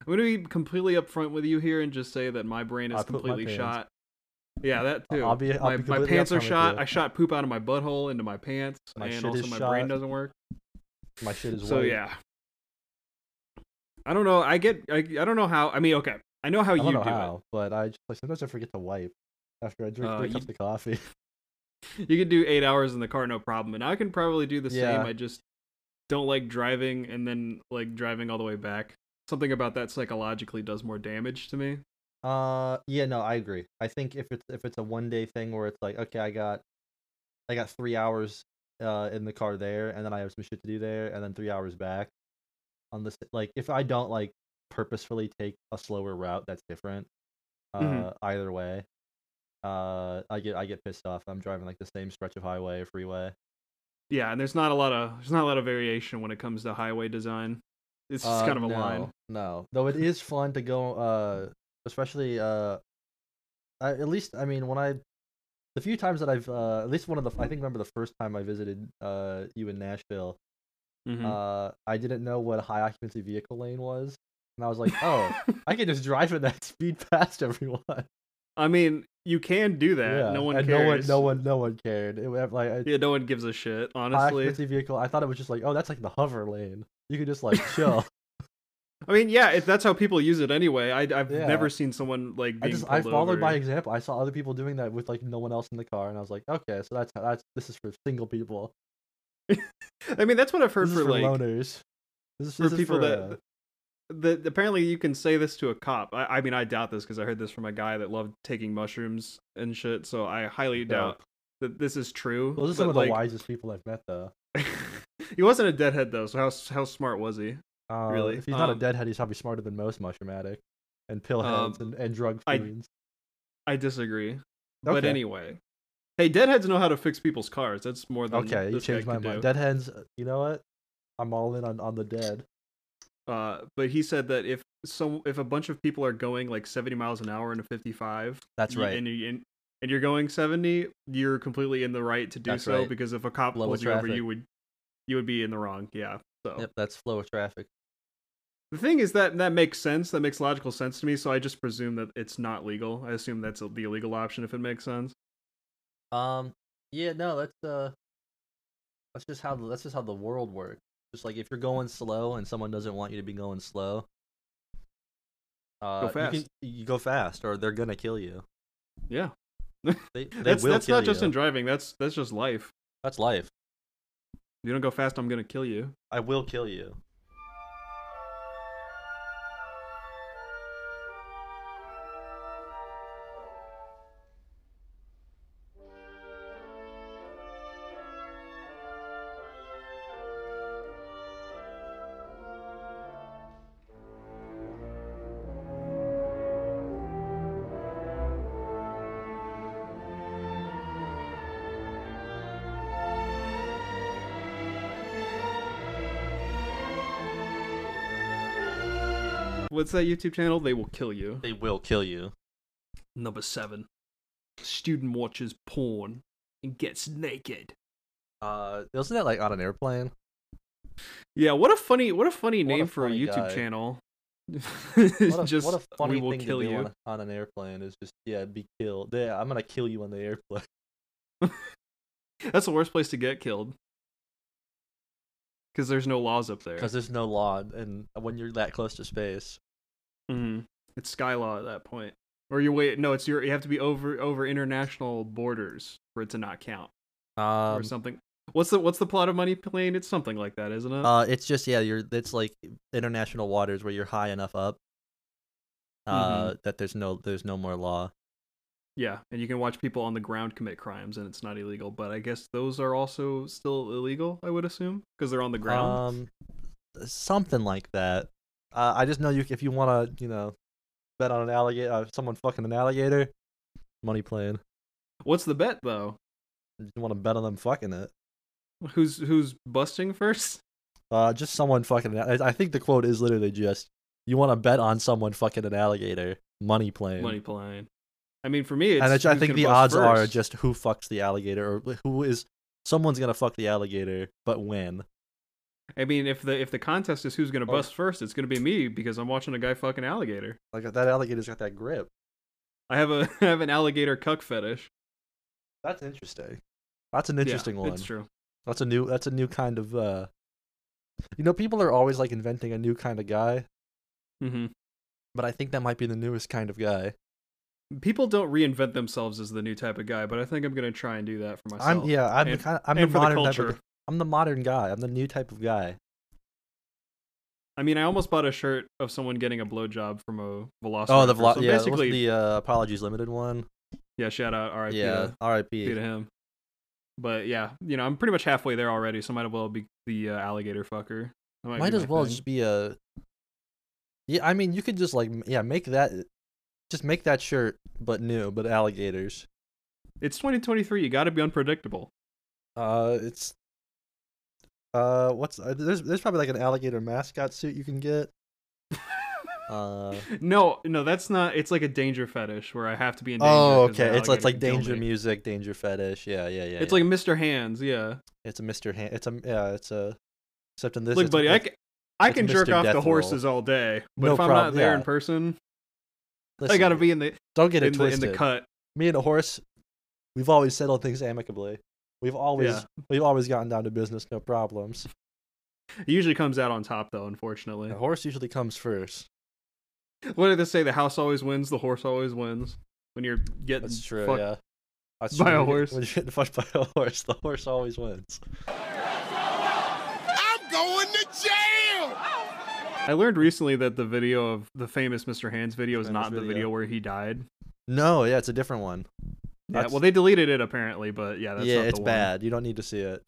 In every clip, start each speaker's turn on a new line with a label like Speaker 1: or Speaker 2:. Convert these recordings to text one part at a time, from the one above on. Speaker 1: I'm gonna be completely upfront with you here and just say that my brain is
Speaker 2: I pooped my
Speaker 1: completely
Speaker 2: pants.
Speaker 1: shot. Yeah, that too.
Speaker 2: I'll be- I'll
Speaker 1: my,
Speaker 2: be
Speaker 1: my
Speaker 2: completely
Speaker 1: pants
Speaker 2: upfront
Speaker 1: are
Speaker 2: with
Speaker 1: shot.
Speaker 2: you.
Speaker 1: I shot poop out of my butthole into my pants,
Speaker 2: My
Speaker 1: and
Speaker 2: shit
Speaker 1: also
Speaker 2: is
Speaker 1: my brain
Speaker 2: shot.
Speaker 1: doesn't work.
Speaker 2: My shit is
Speaker 1: So
Speaker 2: white.
Speaker 1: yeah, I don't know. I get. I, I don't know how. I mean, okay, I know how
Speaker 2: I
Speaker 1: you
Speaker 2: don't know
Speaker 1: do
Speaker 2: how, but I just like sometimes I forget to wipe after I drink
Speaker 1: Uh,
Speaker 2: three
Speaker 1: you-
Speaker 2: cups of coffee.
Speaker 1: it. You could do eight hours in the car, no problem. And I can probably do the
Speaker 2: Yeah.
Speaker 1: same. I just don't like driving and then like driving all the way back. Something about that psychologically does more damage to me.
Speaker 2: Uh, yeah, no, I agree. I think if it's if it's a one day thing where it's like, okay, I got, I got three hours, uh, in the car there, and then I have some shit to do there, and then three hours back, on this like if I don't like purposefully take a slower route that's different, uh,
Speaker 1: Mhm.
Speaker 2: either way, uh, I get I get pissed off. I'm driving like the same stretch of highway or freeway.
Speaker 1: Yeah, and there's not a lot of there's not a lot of variation when it comes to highway design. It's just
Speaker 2: Uh,
Speaker 1: kind of a
Speaker 2: no,
Speaker 1: line.
Speaker 2: No, though it is fun to go. Uh, especially uh, I, at least I mean when I, the few times that I've uh, at least one of the I think remember the first time I visited uh you in Nashville.
Speaker 1: Mhm.
Speaker 2: Uh, I didn't know what a high occupancy vehicle lane was, and I was like, oh, I can just drive at that speed past everyone.
Speaker 1: I mean, you can do that.
Speaker 2: yeah,
Speaker 1: no one
Speaker 2: and
Speaker 1: cares.
Speaker 2: no one, no one, no one cared. It was like. I-
Speaker 1: Yeah, no one gives a shit.
Speaker 2: High
Speaker 1: Honestly,
Speaker 2: occupancy vehicle. I thought it was just like, oh, that's like the hover lane. You could just like chill.
Speaker 1: I mean, yeah, if that's how people use it anyway. I, I've
Speaker 2: Yeah.
Speaker 1: never seen someone like
Speaker 2: I
Speaker 1: being
Speaker 2: just I
Speaker 1: pulled
Speaker 2: followed
Speaker 1: over.
Speaker 2: by example. I saw other people doing that with like no one else in the car, and I was like, okay, so that's that's this is for single people.
Speaker 1: I mean, that's what I've heard
Speaker 2: This is
Speaker 1: for like
Speaker 2: loners. This is,
Speaker 1: for
Speaker 2: this is
Speaker 1: people
Speaker 2: for,
Speaker 1: that.
Speaker 2: uh,
Speaker 1: that apparently you can say this to a cop. I, I mean, I doubt this because I heard this from a guy that loved taking mushrooms and shit. So I highly doubt that this is true.
Speaker 2: those are
Speaker 1: but,
Speaker 2: some of the
Speaker 1: like,
Speaker 2: wisest people I've met, though.
Speaker 1: he wasn't a deadhead though. So how how smart was he?
Speaker 2: Uh,
Speaker 1: Really?
Speaker 2: If he's not a
Speaker 1: Um,
Speaker 2: deadhead, he's probably smarter than most mushroom addict and pill
Speaker 1: Um,
Speaker 2: heads and, and drug
Speaker 1: I-
Speaker 2: fiends.
Speaker 1: I disagree. But
Speaker 2: Okay.
Speaker 1: anyway, hey, deadheads know how to fix people's cars. That's more than
Speaker 2: okay, you
Speaker 1: this guy
Speaker 2: changed my
Speaker 1: could
Speaker 2: mind.
Speaker 1: do.
Speaker 2: Deadheads, uh, you know what? I'm all in on, on the dead.
Speaker 1: Uh, but he said that if some if a bunch of people are going like 70 miles an hour into 55,
Speaker 2: That's
Speaker 1: you-
Speaker 2: right.
Speaker 1: and, you, and and you're going 70, you're completely in the right to do
Speaker 2: That's
Speaker 1: so
Speaker 2: right.
Speaker 1: because if a cop
Speaker 2: Lower
Speaker 1: pulls you over,
Speaker 2: traffic.
Speaker 1: you would you would be in the wrong. Yeah. So
Speaker 2: Yep, that's flow of traffic.
Speaker 1: the thing is that that makes sense. That makes logical sense to me. So I just presume that it's not legal. I assume that's the illegal option if it makes sense.
Speaker 2: Um, yeah, no, that's uh, that's just how the, that's just how the world works. Just like if you're going slow and someone doesn't want you to be going slow, uh, You,
Speaker 1: fast.
Speaker 2: can, you go fast, or they're gonna kill you.
Speaker 1: Yeah.
Speaker 2: They, they
Speaker 1: that's
Speaker 2: will
Speaker 1: that's
Speaker 2: kill
Speaker 1: not just
Speaker 2: you.
Speaker 1: in driving. That's that's just life.
Speaker 2: that's life.
Speaker 1: You don't go fast, I'm gonna kill you.
Speaker 2: I will kill you.
Speaker 1: What's that YouTube channel? They will kill you.
Speaker 2: They will kill you.
Speaker 1: Number seven. Student watches porn and gets naked.
Speaker 2: Uh, wasn't that like on an airplane?
Speaker 1: Yeah, what a funny what a funny
Speaker 2: What a
Speaker 1: name for
Speaker 2: funny
Speaker 1: a YouTube
Speaker 2: guy.
Speaker 1: channel.
Speaker 2: What a,
Speaker 1: just
Speaker 2: what a funny
Speaker 1: we will
Speaker 2: thing
Speaker 1: kill
Speaker 2: to do
Speaker 1: you.
Speaker 2: on, a- on an airplane is just yeah, be killed. Yeah, I'm gonna kill you on the airplane.
Speaker 1: That's the worst place to get killed. Cuz there's no laws up there.
Speaker 2: Because there's no law, and when you're that close to space,
Speaker 1: hmm It's sky law at that point. Or you wait no, it's your you have to be over over international borders for it to not count
Speaker 2: um,
Speaker 1: or something. What's the what's the plot of Money Plane? It's something like that, isn't it?
Speaker 2: Uh, it's just yeah, you're it's like international waters where you're high enough up, uh, that there's no there's no more law.
Speaker 1: Yeah, and you can watch people on the ground commit crimes and it's not illegal, but I guess those are also still illegal, I would assume, because they're on the ground.
Speaker 2: Uh, Um, something like that. Uh, I just know you if you want to you know bet on an alligator, uh, someone fucking an alligator, money playing.
Speaker 1: What's the bet though?
Speaker 2: You want to bet on them fucking it.
Speaker 1: Who's who's busting first?
Speaker 2: Uh, just someone fucking. An, I I think the quote is literally just you want to bet on someone fucking an alligator, money playing.
Speaker 1: Money plane. I mean, for me, it's
Speaker 2: and I, I
Speaker 1: who
Speaker 2: think
Speaker 1: can
Speaker 2: the odds
Speaker 1: bust
Speaker 2: are
Speaker 1: first.
Speaker 2: just who fucks the alligator or who is someone's gonna fuck the alligator, but when.
Speaker 1: I mean, if the if the contest is who's gonna
Speaker 2: Oh.
Speaker 1: bust first, it's gonna be me because I'm watching a guy fucking alligator.
Speaker 2: Like that alligator's got that grip.
Speaker 1: I have a I have an alligator cuck fetish.
Speaker 2: That's interesting. That's an
Speaker 1: Yeah,
Speaker 2: interesting one.
Speaker 1: It's true.
Speaker 2: That's a new. That's a new kind of. uh You know, people are always like inventing a new kind of guy,
Speaker 1: hmm
Speaker 2: but I think that might be the newest kind of guy.
Speaker 1: People don't reinvent themselves as the new type of guy, but I think I'm gonna try and do that for myself.
Speaker 2: I'm yeah. I'm
Speaker 1: and-
Speaker 2: the kind. I'm the
Speaker 1: and for the
Speaker 2: modern type
Speaker 1: culture.
Speaker 2: of, I'm the modern guy. I'm the new type of guy.
Speaker 1: I mean, I almost bought a shirt of someone getting a blowjob from a velociraptor.
Speaker 2: Oh, the vlog.
Speaker 1: so
Speaker 2: yeah, what's
Speaker 1: basically,
Speaker 2: the uh, apologies limited one.
Speaker 1: yeah. Shout out, R.I.P.
Speaker 2: yeah,
Speaker 1: to-
Speaker 2: R.I.P.
Speaker 1: be to him. But yeah, you know, I'm pretty much halfway there already, so might as well be the uh, alligator fucker. That
Speaker 2: Might,
Speaker 1: be
Speaker 2: as
Speaker 1: my
Speaker 2: well
Speaker 1: thing.
Speaker 2: just be a. Yeah, I mean, you could just like m- yeah, make that, just make that shirt, but new, but alligators.
Speaker 1: It's 2023. You got to be unpredictable.
Speaker 2: Uh, it's. Uh, what's uh, there's there's probably like an alligator mascot suit you can get. Uh.
Speaker 1: No, no, that's not. It's like a danger fetish where I have to be in danger.
Speaker 2: Oh,
Speaker 1: 'cause the
Speaker 2: okay. It's like, it's like
Speaker 1: alligator can kill
Speaker 2: danger
Speaker 1: me.
Speaker 2: music, danger fetish. Yeah, yeah, yeah.
Speaker 1: It's
Speaker 2: yeah.
Speaker 1: like Mr. Hands. Yeah.
Speaker 2: it's a Mr. Hand. It's a yeah. It's a. Except in this,
Speaker 1: Look,
Speaker 2: it's-
Speaker 1: buddy, I
Speaker 2: it's-
Speaker 1: can, I
Speaker 2: it's
Speaker 1: can jerk
Speaker 2: Mr.
Speaker 1: off
Speaker 2: Death
Speaker 1: the
Speaker 2: Roll.
Speaker 1: horses all day, but
Speaker 2: No
Speaker 1: if I'm not
Speaker 2: problem,
Speaker 1: there in
Speaker 2: yeah.
Speaker 1: person, I
Speaker 2: listen,
Speaker 1: gotta be in the
Speaker 2: Don't get it
Speaker 1: in the, in
Speaker 2: twisted.
Speaker 1: the cut.
Speaker 2: Me and a horse, we've always settled things amicably. We've always
Speaker 1: Yeah.
Speaker 2: we've always gotten down to business, no problems.
Speaker 1: It usually comes out on top though, unfortunately.
Speaker 2: A horse usually comes first.
Speaker 1: What did they say? The house always wins. The horse always wins. When you're getting
Speaker 2: That's true.
Speaker 1: fucked
Speaker 2: Yeah. That's
Speaker 1: by
Speaker 2: true.
Speaker 1: a
Speaker 2: When you're-
Speaker 1: horse.
Speaker 2: When you're getting fucked by a horse, the horse always wins.
Speaker 3: I'm going to jail!
Speaker 1: I learned recently that the video of the famous Mr. Hands video is
Speaker 2: Famous
Speaker 1: not the
Speaker 2: video.
Speaker 1: video where he died.
Speaker 2: No, yeah, it's a different one.
Speaker 1: Yeah,
Speaker 2: That's-
Speaker 1: well, they deleted it apparently, but yeah, that's
Speaker 2: yeah,
Speaker 1: not the
Speaker 2: it's
Speaker 1: one.
Speaker 2: bad. You don't need to see it.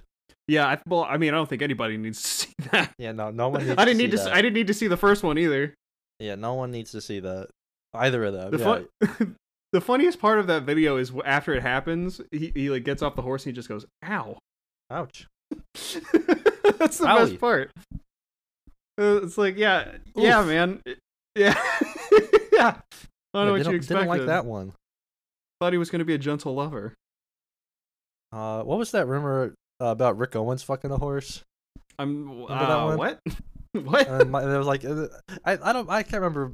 Speaker 1: Yeah, I, well, I mean, I don't think anybody needs to see that.
Speaker 2: Yeah, no, no
Speaker 1: I
Speaker 2: one. Needs
Speaker 1: didn't
Speaker 2: to
Speaker 1: need to.
Speaker 2: See
Speaker 1: s-
Speaker 2: that.
Speaker 1: I didn't need to see the first one either.
Speaker 2: Yeah, no one needs to see that. Either of them.
Speaker 1: The
Speaker 2: Uh, yeah.
Speaker 1: fun, the funniest part of that video is wh- after it happens, he, he like gets off the horse and he just goes, "Ow."
Speaker 2: Ouch.
Speaker 1: that's the
Speaker 2: Owie.
Speaker 1: best part. Uh, It's like, yeah, yeah,
Speaker 2: Oof.
Speaker 1: man, It- yeah, yeah. I
Speaker 2: Yeah,
Speaker 1: don't know what
Speaker 2: didn't,
Speaker 1: you
Speaker 2: didn't
Speaker 1: expected.
Speaker 2: like that one.
Speaker 1: Thought he was going to be a gentle lover.
Speaker 2: Uh, what was that rumor uh, about Rick Owens fucking a horse?
Speaker 1: I'm
Speaker 2: Remember that
Speaker 1: uh,
Speaker 2: one?
Speaker 1: what? what?
Speaker 2: And my, there was like, uh, I, I don't, I can't remember,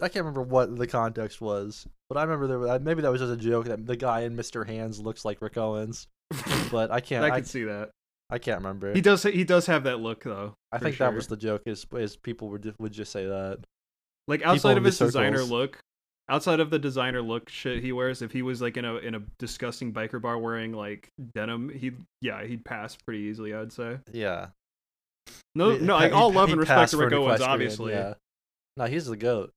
Speaker 2: I can't remember what the context was, but I remember there was, maybe that was just a joke that the guy in Mr. Hands looks like Rick Owens, but I can't,
Speaker 1: I
Speaker 2: I,
Speaker 1: can see that.
Speaker 2: I can't remember.
Speaker 1: He does. He does have that look though.
Speaker 2: I
Speaker 1: for
Speaker 2: think that
Speaker 1: sure.
Speaker 2: was the joke is, is people would would just say that.
Speaker 1: like outside
Speaker 2: in
Speaker 1: of
Speaker 2: the
Speaker 1: his designer
Speaker 2: circles.
Speaker 1: look. Outside of the designer look shit he wears, if he was like in a in a disgusting biker bar wearing like denim, he would yeah he'd pass pretty easily. I'd say.
Speaker 2: Yeah.
Speaker 1: No,
Speaker 2: He-
Speaker 1: no, like
Speaker 2: he-
Speaker 1: all
Speaker 2: he
Speaker 1: love and respect
Speaker 2: passed
Speaker 1: to
Speaker 2: for
Speaker 1: Rick
Speaker 2: an
Speaker 1: Owens,
Speaker 2: equestrian,
Speaker 1: obviously. Yeah.
Speaker 2: Yeah. No, he's the goat.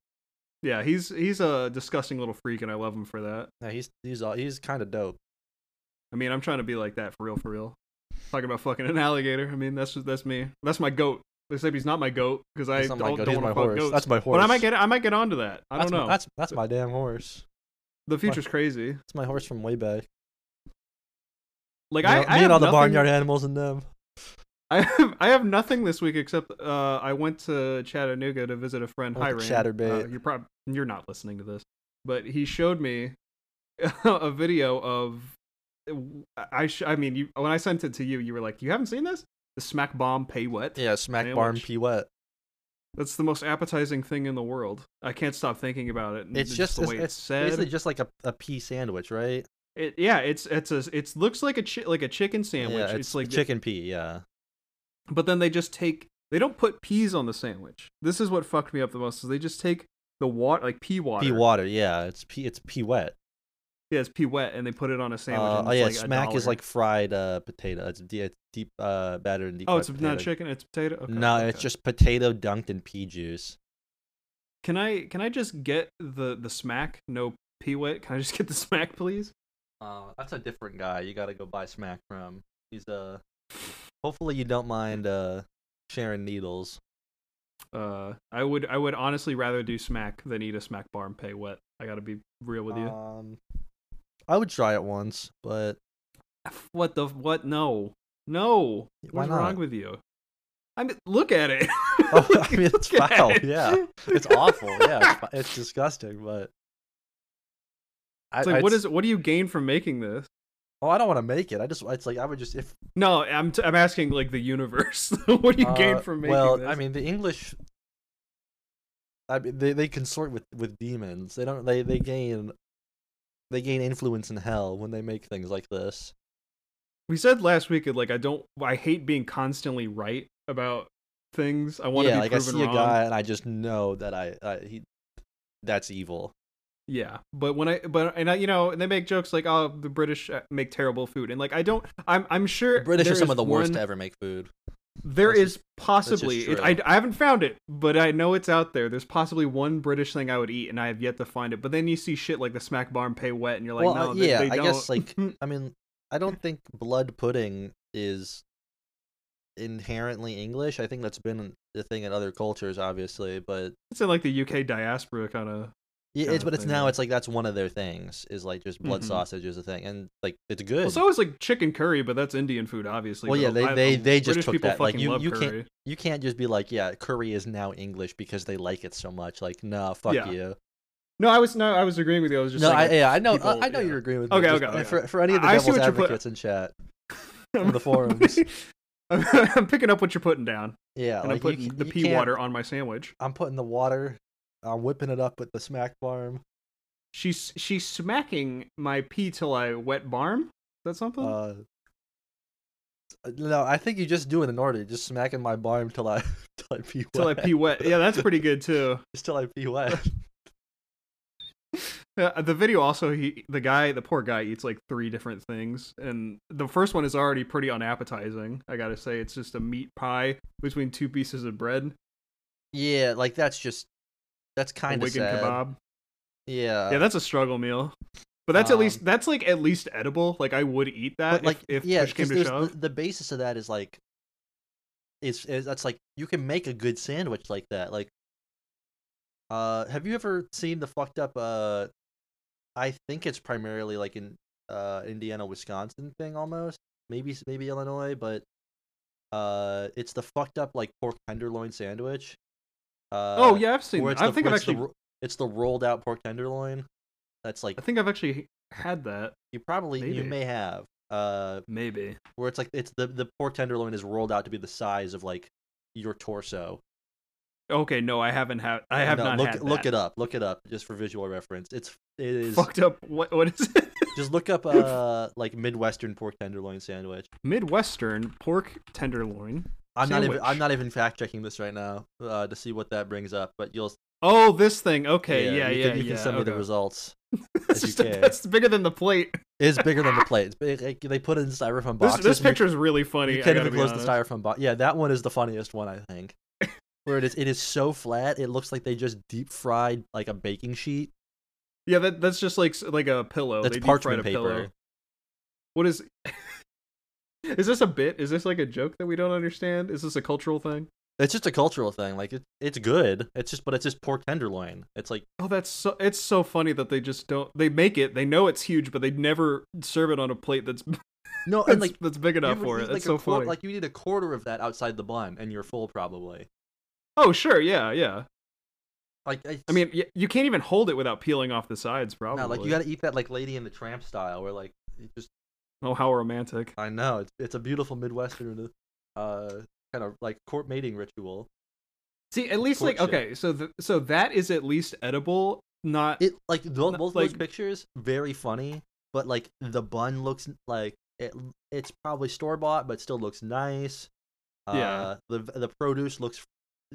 Speaker 1: he's he's a disgusting little freak, and I love him for that.
Speaker 2: No, he's he's all, he's kind of dope.
Speaker 1: I mean, I'm trying to be like that for real, for real. Talking about fucking an alligator. I mean, that's that's me. That's my goat. Except he's not my goat because I
Speaker 2: That's not
Speaker 1: don't,
Speaker 2: my goat,
Speaker 1: don't want
Speaker 2: he's my
Speaker 1: to fuck
Speaker 2: horse.
Speaker 1: goats.
Speaker 2: That's my horse.
Speaker 1: But I might get I might get onto that. I don't
Speaker 2: that's
Speaker 1: know.
Speaker 2: My, that's that's my damn horse.
Speaker 1: the future's crazy.
Speaker 2: It's my horse from way back.
Speaker 1: Like
Speaker 2: me
Speaker 1: I,
Speaker 2: and,
Speaker 1: I
Speaker 2: me and
Speaker 1: have
Speaker 2: all the
Speaker 1: nothing-
Speaker 2: barnyard animals in them.
Speaker 1: I have I have nothing this week except uh, I went to Chattanooga to visit a friend. Hi,
Speaker 2: Like a
Speaker 1: Rand.
Speaker 2: chatterbait.
Speaker 1: Uh, you're prob- you're not listening to this, but he showed me a video of I sh- I mean you when I sent it to you, you were like, you haven't seen this? The smack bomb pay wet.
Speaker 2: Yeah, smack
Speaker 1: Man,
Speaker 2: barn
Speaker 1: which-
Speaker 2: pee wet.
Speaker 1: That's the most appetizing thing in the world. I can't stop thinking about it. and
Speaker 2: It's just
Speaker 1: the
Speaker 2: it's,
Speaker 1: way
Speaker 2: it's
Speaker 1: it's, said.
Speaker 2: basically just like a, a pea sandwich, right?
Speaker 1: It- yeah, it's it's a it looks like a chi- like a chicken sandwich.
Speaker 2: Yeah,
Speaker 1: it's, like the-
Speaker 2: chicken pea. Yeah,
Speaker 1: but then they just take they don't put peas on the sandwich. This is what fucked me up the most. Is they just take the water like pea water.
Speaker 2: pea water. Yeah, it's pea. It's pea wet.
Speaker 1: Yeah, it's pea wet, and they put it on a sandwich.
Speaker 2: Uh,
Speaker 1: and
Speaker 2: oh
Speaker 1: it's
Speaker 2: yeah,
Speaker 1: like a
Speaker 2: smack is
Speaker 1: dollar.
Speaker 2: like fried uh, potato. It's, de- it's deep uh, batter and deep.
Speaker 1: oh,
Speaker 2: fried
Speaker 1: it's
Speaker 2: potato.
Speaker 1: not chicken. It's potato. Okay,
Speaker 2: no,
Speaker 1: okay.
Speaker 2: it's just potato dunked in pea juice.
Speaker 1: Can I can I just get the the smack? No pea wet. Can I just get the smack, please?
Speaker 2: Uh, that's a different guy. You gotta go buy smack from. He's uh. Hopefully you don't mind uh, sharing needles.
Speaker 1: Uh, I would I would honestly rather do smack than eat a smack bar and pay wet. I gotta be real with you.
Speaker 2: Um, I would try it once, but
Speaker 1: what the what? No, no.
Speaker 2: Why
Speaker 1: What's
Speaker 2: not?
Speaker 1: wrong with you? I mean, look at it.
Speaker 2: Oh, I mean, it's
Speaker 1: Look at
Speaker 2: foul,
Speaker 1: it.
Speaker 2: yeah. it's awful. Yeah, it's, fu- it's disgusting. But I,
Speaker 1: It's like,
Speaker 2: I'd
Speaker 1: what
Speaker 2: s-
Speaker 1: is? What do you gain from making this?
Speaker 2: Oh, I don't want to make it. I just it's like I would just if
Speaker 1: No, I'm t- I'm asking like the universe. what do you gain
Speaker 2: uh,
Speaker 1: from making
Speaker 2: well,
Speaker 1: this?
Speaker 2: I mean the English. I mean, they they consort with with demons. They don't they they gain. They gain influence in hell when they make things like this.
Speaker 1: we said last week like I don't I hate being constantly right about things. I want to
Speaker 2: yeah,
Speaker 1: be
Speaker 2: like I
Speaker 1: proven
Speaker 2: see
Speaker 1: wrong.
Speaker 2: a guy and I just know that I, I he, that's evil.
Speaker 1: Yeah, but when I but and I you know and they make jokes like oh the British uh, make terrible food and like I don't I'm I'm sure
Speaker 2: The British
Speaker 1: there
Speaker 2: are some
Speaker 1: is
Speaker 2: of the worst
Speaker 1: one-
Speaker 2: to ever make food.
Speaker 1: There
Speaker 2: That's
Speaker 1: is possibly it,
Speaker 2: true.
Speaker 1: I I haven't found it, but I know it's out there. There's possibly one British thing I would eat and I have yet to find it. But then you see shit like the smack bar and pay wet and you're like
Speaker 2: well,
Speaker 1: no
Speaker 2: uh,
Speaker 1: they,
Speaker 2: yeah,
Speaker 1: they
Speaker 2: I
Speaker 1: don't.
Speaker 2: guess like I mean, I don't think blood pudding is inherently English. I think that's been the thing in other cultures, obviously, but
Speaker 1: it's in like the UK diaspora kind of
Speaker 2: yeah,
Speaker 1: Kinda
Speaker 2: it's but it's
Speaker 1: thing,
Speaker 2: now
Speaker 1: yeah.
Speaker 2: it's like that's one of their things is like just blood
Speaker 1: Mhm.
Speaker 2: sausage is a thing, and like it's good.
Speaker 1: Well, so is like chicken curry, but that's Indian food, obviously.
Speaker 2: Well,
Speaker 1: but
Speaker 2: yeah, they-
Speaker 1: I-
Speaker 2: they-
Speaker 1: the
Speaker 2: they just
Speaker 1: British
Speaker 2: took
Speaker 1: people
Speaker 2: that, like,
Speaker 1: fucking
Speaker 2: you-
Speaker 1: love
Speaker 2: you can't-
Speaker 1: curry.
Speaker 2: you can't just be like, yeah, curry is now English because they like it so much. Like, nah, fuck
Speaker 1: Yeah.
Speaker 2: you.
Speaker 1: No, I was no, I was agreeing with you. I was just
Speaker 2: no,
Speaker 1: saying,
Speaker 2: I,
Speaker 1: like,
Speaker 2: yeah, I know, uh,
Speaker 1: people-
Speaker 2: I, I know
Speaker 1: yeah.
Speaker 2: you're agreeing with me.
Speaker 1: Okay,
Speaker 2: just-
Speaker 1: okay, okay.
Speaker 2: For, for any of the
Speaker 1: I- I see
Speaker 2: devil's
Speaker 1: what you're put-
Speaker 2: advocates in chat, on the forums.
Speaker 1: I'm, picking up what you're putting down,
Speaker 2: yeah,
Speaker 1: and I'm
Speaker 2: like you
Speaker 1: putting the
Speaker 2: c- you
Speaker 1: pea
Speaker 2: can't-
Speaker 1: water on my sandwich.
Speaker 2: I'm putting the water. I'm whipping it up with the smack farm.
Speaker 1: She's she's smacking my pea till I wet barm. Is that something?
Speaker 2: Uh, no, I think you just do it in order. Just smacking my barm till I till I pee wet.
Speaker 1: till I pee wet. Yeah, that's pretty good too.
Speaker 2: Just till I pee wet.
Speaker 1: Uh, the video also he the guy the poor guy eats like three different things and the first one is already pretty unappetizing i gotta say it's just a meat pie between two pieces of bread
Speaker 2: yeah, like that's just that's
Speaker 1: a
Speaker 2: kind of
Speaker 1: wig and
Speaker 2: sad.
Speaker 1: kebab
Speaker 2: Yeah.
Speaker 1: yeah that's a struggle meal but that's at least
Speaker 2: um,
Speaker 1: that's like at least edible like i would eat that
Speaker 2: but
Speaker 1: if-
Speaker 2: like
Speaker 1: Uh, if,
Speaker 2: yeah,
Speaker 1: push came
Speaker 2: 'cause
Speaker 1: to
Speaker 2: there's
Speaker 1: shove
Speaker 2: The, the basis of that is like it's, is that's like you can make a good sandwich like that. Like uh have you ever seen the fucked up uh I think it's primarily like in uh Indiana, Wisconsin thing almost. Maybe s- maybe Illinois, but uh it's the fucked up like pork tenderloin sandwich. Uh
Speaker 1: oh yeah i've seen
Speaker 2: where
Speaker 1: that.
Speaker 2: it's
Speaker 1: i
Speaker 2: the-
Speaker 1: think
Speaker 2: where
Speaker 1: i've
Speaker 2: it's the
Speaker 1: actually
Speaker 2: ro- it's the rolled out pork tenderloin. That's like
Speaker 1: i think i've actually had that
Speaker 2: you probably you
Speaker 1: maybe.
Speaker 2: may have. Uh
Speaker 1: maybe
Speaker 2: where it's like it's the the pork tenderloin is rolled out to be the size of like your torso.
Speaker 1: okay no i haven't had i have
Speaker 2: Oh, No,
Speaker 1: not
Speaker 2: look
Speaker 1: had that.
Speaker 2: look it up. Look it up just for visual reference. It's it is
Speaker 1: fucked up what what is it
Speaker 2: just look up uh like midwestern pork tenderloin sandwich.
Speaker 1: midwestern pork tenderloin
Speaker 2: I'm not even I'm
Speaker 1: Sandwich.
Speaker 2: not even fact checking this right now uh, to see what that brings up, but you'll
Speaker 1: Oh, this thing. Okay, yeah, yeah,
Speaker 2: you
Speaker 1: yeah.
Speaker 2: can, you can send me the
Speaker 1: okay.
Speaker 2: results.
Speaker 1: That's,
Speaker 2: as you
Speaker 1: just-
Speaker 2: care.
Speaker 1: that's bigger than the plate.
Speaker 2: It's bigger than the plate. It's big, like, they put it in styrofoam
Speaker 1: This,
Speaker 2: boxes.
Speaker 1: this
Speaker 2: and you-
Speaker 1: picture is really funny.
Speaker 2: You
Speaker 1: I
Speaker 2: can't
Speaker 1: gotta
Speaker 2: even
Speaker 1: be
Speaker 2: close
Speaker 1: honest.
Speaker 2: the styrofoam box. Yeah, that one is the funniest one, I think. Where it is, it is so flat, it looks like they just deep fried like a baking sheet.
Speaker 1: Yeah, that, that's just like s- like a pillow.
Speaker 2: That's
Speaker 1: they deep fried
Speaker 2: parchment
Speaker 1: a
Speaker 2: paper.
Speaker 1: Pillow. What is? is this a bit? Is this like a joke that we don't understand? Is this a cultural thing?
Speaker 2: It's just a cultural thing. Like it, it's good. It's just, but it's just pork tenderloin. It's like
Speaker 1: Oh, that's so. It's so funny that they just don't. They make it. They know it's huge, but they never serve it on a plate that's
Speaker 2: no,
Speaker 1: that's,
Speaker 2: and like
Speaker 1: that's big enough
Speaker 2: you would
Speaker 1: for
Speaker 2: need,
Speaker 1: it.
Speaker 2: Like
Speaker 1: That's so
Speaker 2: a quar-
Speaker 1: funny.
Speaker 2: Like you need a quarter of that outside the bun, and you're full probably.
Speaker 1: oh, sure. Yeah, yeah.
Speaker 2: Like
Speaker 1: I mean, y- you can't even hold it without peeling off the sides. Probably.
Speaker 2: no, like you got to eat that like Lady and the Tramp style, where like it just
Speaker 1: Oh, how romantic.
Speaker 2: I know it's it's a beautiful midwestern, uh, kind of like court mating ritual.
Speaker 1: See, at least like
Speaker 2: courtship.
Speaker 1: okay, so the, so that is at least edible, not
Speaker 2: It like tho-
Speaker 1: No,
Speaker 2: both those
Speaker 1: like-
Speaker 2: pictures very funny, but like the bun looks n- like it. It's probably store bought, but still looks nice. Uh,
Speaker 1: Yeah.
Speaker 2: The v- the produce looks,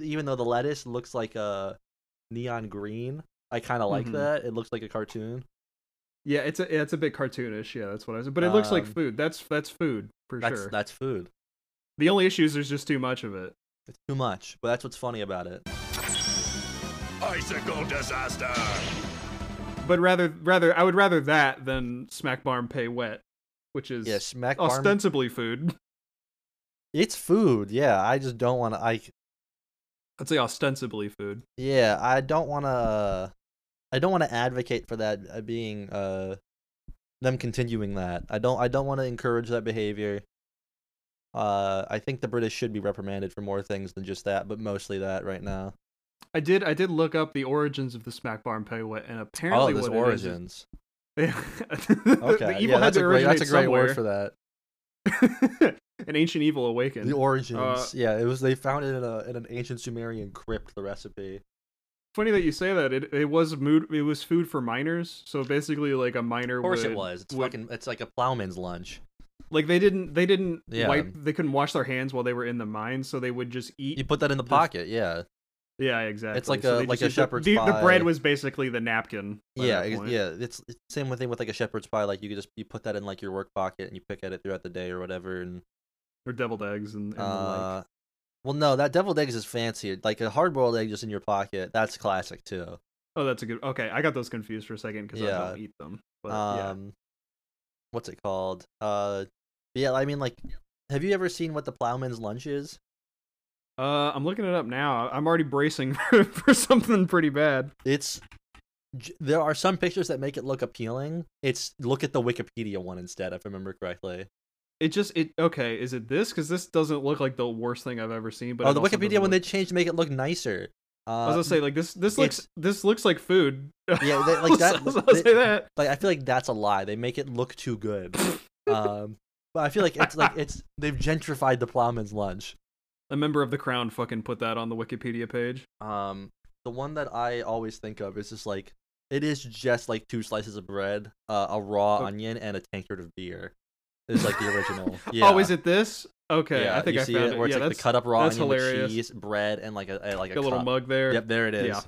Speaker 2: even though the lettuce looks like a neon green. I kind of like
Speaker 1: Mhm.
Speaker 2: that. It looks like a cartoon.
Speaker 1: yeah, it's a it's a bit cartoonish. Yeah, that's what I was. But it looks like
Speaker 2: Um,
Speaker 1: food. That's that's food for
Speaker 2: That's
Speaker 1: sure.
Speaker 2: that's food.
Speaker 1: The only issue is there's just too much of it.
Speaker 2: It's too much, but that's what's funny about it.
Speaker 3: Icicle disaster.
Speaker 1: But rather rather I would rather that than smack barm pay wet, which is
Speaker 2: Yeah, smack
Speaker 1: Oh,
Speaker 2: barm.
Speaker 1: ostensibly food.
Speaker 2: It's food. Yeah, I just don't want to. I
Speaker 1: I'd say ostensibly food.
Speaker 2: Yeah, I don't want to. I don't want to advocate for that uh, being uh, them continuing that. I don't. I don't want to encourage that behavior. Uh, I think the British should be reprimanded for more things than just that, but mostly that right now.
Speaker 1: I did I did look up the origins of the smack barm pay wet, and apparently
Speaker 2: oh,
Speaker 1: what it
Speaker 2: this
Speaker 1: is is-
Speaker 2: origins.
Speaker 1: Yeah.
Speaker 2: Okay, yeah, that's a great that's a great word for that.
Speaker 1: that. An ancient evil awakened.
Speaker 2: The origins, yeah, it was they found it in a in an ancient Sumerian crypt. The recipe.
Speaker 1: Funny that you say that. It it was mood. It was food for miners. So basically, like a miner.
Speaker 2: Of course,
Speaker 1: would,
Speaker 2: it was. It's
Speaker 1: would-
Speaker 2: fucking. It's like a plowman's lunch.
Speaker 1: Like they didn't. They didn't
Speaker 2: Yeah.
Speaker 1: wipe. They couldn't wash their hands while they were in the mine, so they would just eat.
Speaker 2: You put that in the
Speaker 1: The-
Speaker 2: pocket, yeah,
Speaker 1: yeah, exactly.
Speaker 2: like
Speaker 1: So
Speaker 2: a-
Speaker 1: they just
Speaker 2: like a
Speaker 1: used the-
Speaker 2: shepherd's
Speaker 1: the, The bread
Speaker 2: pie.
Speaker 1: was basically the napkin. by
Speaker 2: yeah,
Speaker 1: that
Speaker 2: ex-
Speaker 1: point.
Speaker 2: yeah. It's it's same thing with like a shepherd's pie. Like you could just you put that in like your work pocket and you pick at it throughout the day or whatever. And
Speaker 1: Or deviled eggs and, and the like.
Speaker 2: uh, well, no, that deviled eggs is fancy. Like a hard boiled egg just in your pocket. That's classic too.
Speaker 1: Oh, that's a good. Okay, I got those confused for a second because I
Speaker 2: Yeah.
Speaker 1: don't eat them. But yeah.
Speaker 2: um what's it called uh yeah i mean like have you ever seen what the plowman's lunch is
Speaker 1: Uh, I'm looking it up now. I'm already bracing for, for something pretty bad.
Speaker 2: it's j- there are some pictures that make it look appealing it's look at the wikipedia one instead if i remember correctly
Speaker 1: It just it okay. Is it this? Because this doesn't look like the worst thing I've ever seen. But
Speaker 2: oh
Speaker 1: it
Speaker 2: the
Speaker 1: also
Speaker 2: wikipedia
Speaker 1: doesn't
Speaker 2: one they
Speaker 1: look-
Speaker 2: changed to make it look nicer
Speaker 1: I was
Speaker 2: uh,
Speaker 1: gonna say like this. This looks
Speaker 2: it's-
Speaker 1: this looks like food.
Speaker 2: Yeah, they- like that-
Speaker 1: I was gonna
Speaker 2: they-
Speaker 1: say that.
Speaker 2: like i feel like that's a lie they make it look too good um but i feel like it's like it's they've gentrified the plowman's lunch
Speaker 1: A member of the crown fucking put that on the Wikipedia page.
Speaker 2: Um, the one that I always think of is just like it is just like two slices of bread, uh, a raw
Speaker 1: Oh.
Speaker 2: onion, and a tankard of beer. Is like the original. Yeah.
Speaker 1: Oh, is it this? Okay,
Speaker 2: Yeah,
Speaker 1: I think
Speaker 2: you
Speaker 1: I
Speaker 2: see
Speaker 1: found
Speaker 2: it. Where it's
Speaker 1: yeah,
Speaker 2: like
Speaker 1: that's
Speaker 2: the cut up raw
Speaker 1: that's
Speaker 2: onion with
Speaker 1: hilarious.
Speaker 2: cheese, bread, and like a, a- like a
Speaker 1: the little
Speaker 2: cup.
Speaker 1: mug there.
Speaker 2: Yep, there it is.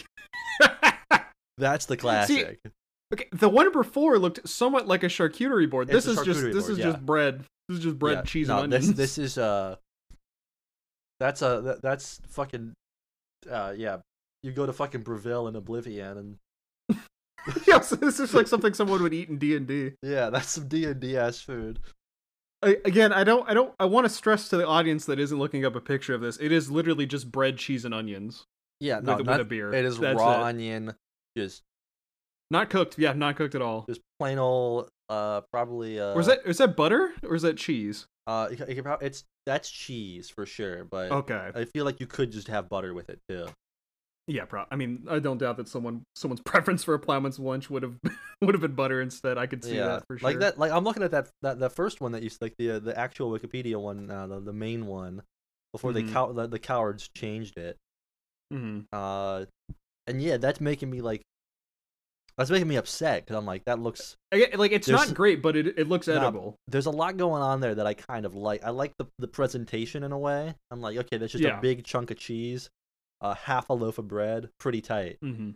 Speaker 1: Yeah.
Speaker 2: That's the classic.
Speaker 1: okay, the one before looked somewhat like a charcuterie board.
Speaker 2: It's
Speaker 1: This
Speaker 2: a
Speaker 1: is just
Speaker 2: charcuterie
Speaker 1: this
Speaker 2: board,
Speaker 1: is
Speaker 2: yeah.
Speaker 1: just bread. This is just bread,
Speaker 2: Yeah,
Speaker 1: cheese,
Speaker 2: no,
Speaker 1: and onions.
Speaker 2: This this is uh, that's a that, that's fucking, uh yeah. You go to fucking Breville in Oblivion, and
Speaker 1: yeah, so this is like something someone would eat in D and D.
Speaker 2: yeah, that's some D and D ass food.
Speaker 1: Again, I don't, I don't, I want to stress to the audience that isn't looking up a picture of this. It is literally just bread, cheese, and onions
Speaker 2: Yeah, no,
Speaker 1: with,
Speaker 2: not-
Speaker 1: with a beer.
Speaker 2: it is
Speaker 1: That's
Speaker 2: raw
Speaker 1: it.
Speaker 2: onion, just
Speaker 1: not cooked. Yeah, not cooked at all.
Speaker 2: just plain old uh probably uh
Speaker 1: or is that is that butter or is that cheese?
Speaker 2: uh it- it- it's that's cheese for sure but
Speaker 1: Okay,
Speaker 2: i feel like you could just have butter with it too
Speaker 1: yeah, pro- I mean, I don't doubt that someone someone's preference for a plowman's lunch would have would have been butter instead. I could see that for sure.
Speaker 2: like that like i'm looking at that that the first one that you s- like the uh, the actual wikipedia one now the, the main one before
Speaker 1: Mhm.
Speaker 2: the cow the, the cowards changed it
Speaker 1: Mhm.
Speaker 2: uh and yeah that's making me like that's making me upset because i'm like that looks
Speaker 1: I get- like it's
Speaker 2: There's-
Speaker 1: not great, but it it looks
Speaker 2: Nah,
Speaker 1: edible.
Speaker 2: there's a lot going on there that i kind of like i like the, the presentation in a way i'm like okay that's just
Speaker 1: Yeah.
Speaker 2: a big chunk of cheese uh, half a loaf of bread pretty tight
Speaker 1: hmm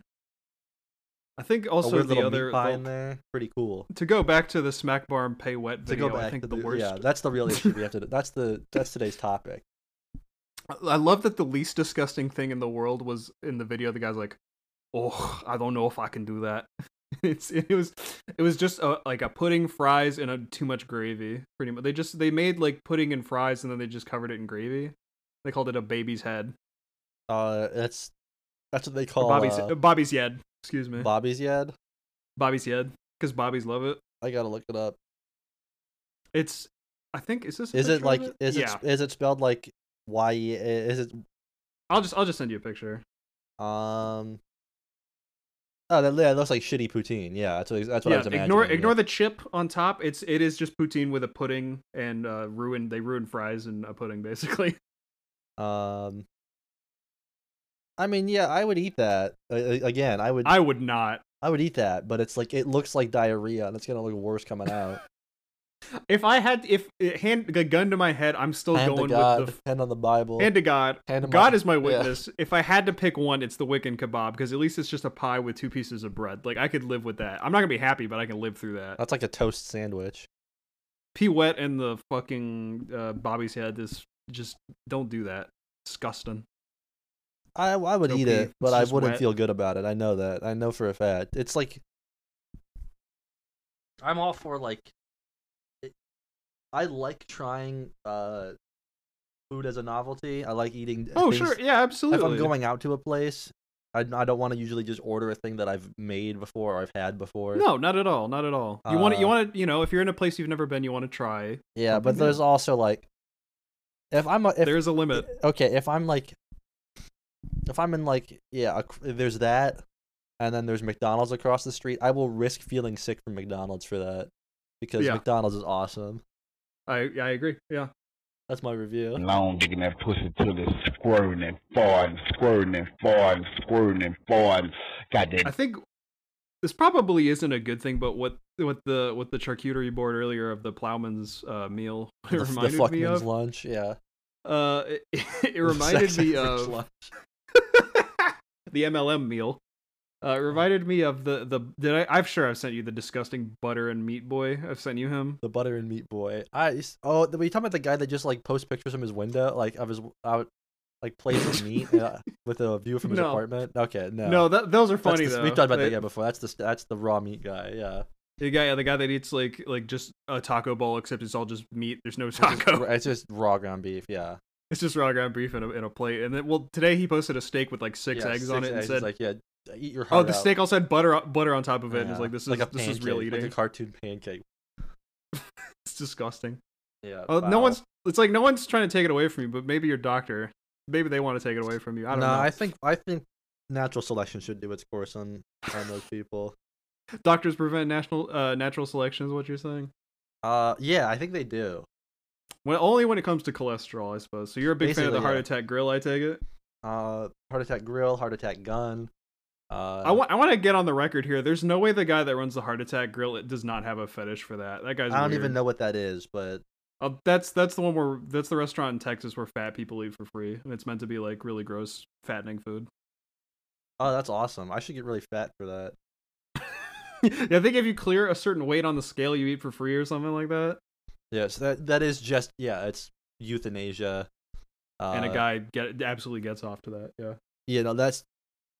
Speaker 1: I think
Speaker 2: a
Speaker 1: also
Speaker 2: weird
Speaker 1: the
Speaker 2: little
Speaker 1: other
Speaker 2: meat pie
Speaker 1: the-
Speaker 2: in there. Pretty cool.
Speaker 1: to go back to the smack bar and pay wet video.
Speaker 2: to go back
Speaker 1: I think
Speaker 2: to
Speaker 1: the worst
Speaker 2: Yeah, that's the real issue we have to. That's the that's today's topic.
Speaker 1: I love that the least disgusting thing in the world was in the video. The guy's like, "Oh, I don't know if I can do that." It's it was it was just a, like a pudding, fries, and a, too much gravy. Pretty much, they just they made like pudding and fries, and then they just covered it in gravy. They called it a baby's head.
Speaker 2: Uh, that's that's what they
Speaker 1: Or
Speaker 2: call
Speaker 1: Bobby's
Speaker 2: uh,
Speaker 1: uh, Bobby's yed. Excuse me,
Speaker 2: Bobby's yad.
Speaker 1: Bobby's yed, because Bobby's love it.
Speaker 2: I gotta look it up.
Speaker 1: It's I think is this a
Speaker 2: Is
Speaker 1: picture
Speaker 2: it
Speaker 1: of
Speaker 2: like
Speaker 1: it?
Speaker 2: is
Speaker 1: yeah.
Speaker 2: it is it spelled like y e? Is it
Speaker 1: I'll just I'll just send you a picture.
Speaker 2: um? Oh, that, yeah, it looks like shitty poutine. Yeah, that's what, that's what I was
Speaker 1: yeah,
Speaker 2: imagining.
Speaker 1: ignore ignore the chip on top. It's it is just poutine with a pudding and uh ruin they ruin fries and a pudding basically.
Speaker 2: the. Um, I mean, yeah, I would eat that. Uh, again, I would
Speaker 1: I would not.
Speaker 2: I would eat that, but it's like it looks like diarrhea, and it's gonna look worse coming out.
Speaker 1: If I had if it hand a gun to my head, I'm still
Speaker 2: hand
Speaker 1: going
Speaker 2: to God,
Speaker 1: with the
Speaker 2: hand on the Bible.
Speaker 1: f- and to God.
Speaker 2: hand to
Speaker 1: God
Speaker 2: my-
Speaker 1: is my
Speaker 2: yeah.
Speaker 1: witness. If I had to pick one, it's the Wiccan kebab because at least it's just a pie with two pieces of bread. Like I could live with that. I'm not gonna be happy, but I can live through that.
Speaker 2: That's like a toast sandwich.
Speaker 1: P wet and the fucking uh, Bobby's head is just don't do that. Disgusting.
Speaker 2: I I would
Speaker 1: No
Speaker 2: eat
Speaker 1: pee.
Speaker 2: it, but
Speaker 1: It's
Speaker 2: I
Speaker 1: just
Speaker 2: wouldn't
Speaker 1: wet.
Speaker 2: feel good about it. I know that. I know for a fact. It's like I'm all for like it- I like trying uh food as a novelty. I like eating
Speaker 1: Oh
Speaker 2: things-
Speaker 1: sure, yeah,
Speaker 2: If
Speaker 1: absolutely.
Speaker 2: I'm going out to a place, I, I don't want to usually just order a thing that I've made before or I've had before.
Speaker 1: No, not at all. Not at all. You want to, you
Speaker 2: Uh,
Speaker 1: want to, you know, if you're in a place you've never been, you want to try.
Speaker 2: Yeah,
Speaker 1: something
Speaker 2: but there's also like if I'm a, if
Speaker 1: There's a limit.
Speaker 2: okay if i'm like if i'm in like yeah a, cr- there's that and then there's McDonald's across the street. I will risk feeling sick from McDonald's for that because
Speaker 1: Yeah.
Speaker 2: McDonald's is awesome.
Speaker 1: I I agree. Yeah.
Speaker 2: That's my review.
Speaker 4: Long digging that pussy till it's squirting and farting, squirting and farting, squirting and farting. Got
Speaker 1: I
Speaker 4: that
Speaker 1: think this probably isn't a good thing, but what what the what the charcuterie board earlier of the plowman's uh, meal
Speaker 2: The,
Speaker 1: it
Speaker 2: the
Speaker 1: reminded me
Speaker 2: Fuckman's
Speaker 1: of.
Speaker 2: lunch, yeah.
Speaker 1: Uh, it, it
Speaker 2: The
Speaker 1: reminded
Speaker 2: sex
Speaker 1: me
Speaker 2: average
Speaker 1: of
Speaker 2: lunch.
Speaker 1: the MLM meal. Uh, it reminded me of the the did I? I'm sure I've sent you the disgusting butter and meat boy. I've sent you him.
Speaker 2: the butter and meat boy. I s- oh, were you talking about the guy that just like posts pictures from his window, like of his out, like plates of meat uh, with a view from his
Speaker 1: No.
Speaker 2: apartment? Okay, no,
Speaker 1: No, that, those are
Speaker 2: That's
Speaker 1: funny
Speaker 2: the-
Speaker 1: though.
Speaker 2: We've talked about
Speaker 1: They-
Speaker 2: that guy before. That's the st- that's the raw meat guy. Yeah,
Speaker 1: The guy, yeah, the guy that eats like like just a taco bowl, except it's all just meat. There's no
Speaker 2: It's just-
Speaker 1: taco.
Speaker 2: It's just raw ground beef. Yeah,
Speaker 1: It's just raw ground beef in a, in a plate. And then, well, today he posted a steak with like six
Speaker 2: Yeah,
Speaker 1: eggs on it and
Speaker 2: eggs. It's
Speaker 1: said,
Speaker 2: like yeah, eat your
Speaker 1: "Oh,
Speaker 2: heart
Speaker 1: the
Speaker 2: out.
Speaker 1: steak also had butter butter on top of it." And it's
Speaker 2: Yeah,
Speaker 1: like this is
Speaker 2: like a
Speaker 1: this is real
Speaker 2: pancake,
Speaker 1: eating.
Speaker 2: like a cartoon pancake.
Speaker 1: It's disgusting.
Speaker 2: Yeah.
Speaker 1: Oh, no
Speaker 2: wow.
Speaker 1: one's. It's like no one's trying to take it away from you, but maybe your doctor. Maybe they want to take it away from you. I don't
Speaker 2: no,
Speaker 1: know.
Speaker 2: I think I think natural selection should do its course on on those people.
Speaker 1: Doctors prevent national uh, natural selection is what you're saying.
Speaker 2: Uh, yeah, I think they do.
Speaker 1: When only when it comes to cholesterol, I suppose. So you're a big fan of
Speaker 2: Basically,
Speaker 1: the heart
Speaker 2: yeah.
Speaker 1: attack grill, I take it.
Speaker 2: Uh, heart attack grill, heart attack gun. Uh,
Speaker 1: I want I want to get on the record here. There's no way the guy that runs the heart attack grill it does not have a fetish for that. That guy's.
Speaker 2: I don't
Speaker 1: weird.
Speaker 2: even know what that is, but
Speaker 1: Uh, that's that's the one where that's the restaurant in Texas where fat people eat for free, and it's meant to be like really gross fattening food.
Speaker 2: oh, that's awesome. I should get really fat for that.
Speaker 1: yeah, I think if you clear a certain weight on the scale, you eat for free or something like that.
Speaker 2: Yeah, so that that is just yeah, it's euthanasia. Uh,
Speaker 1: and a guy get absolutely gets off to that. Yeah.
Speaker 2: you know that's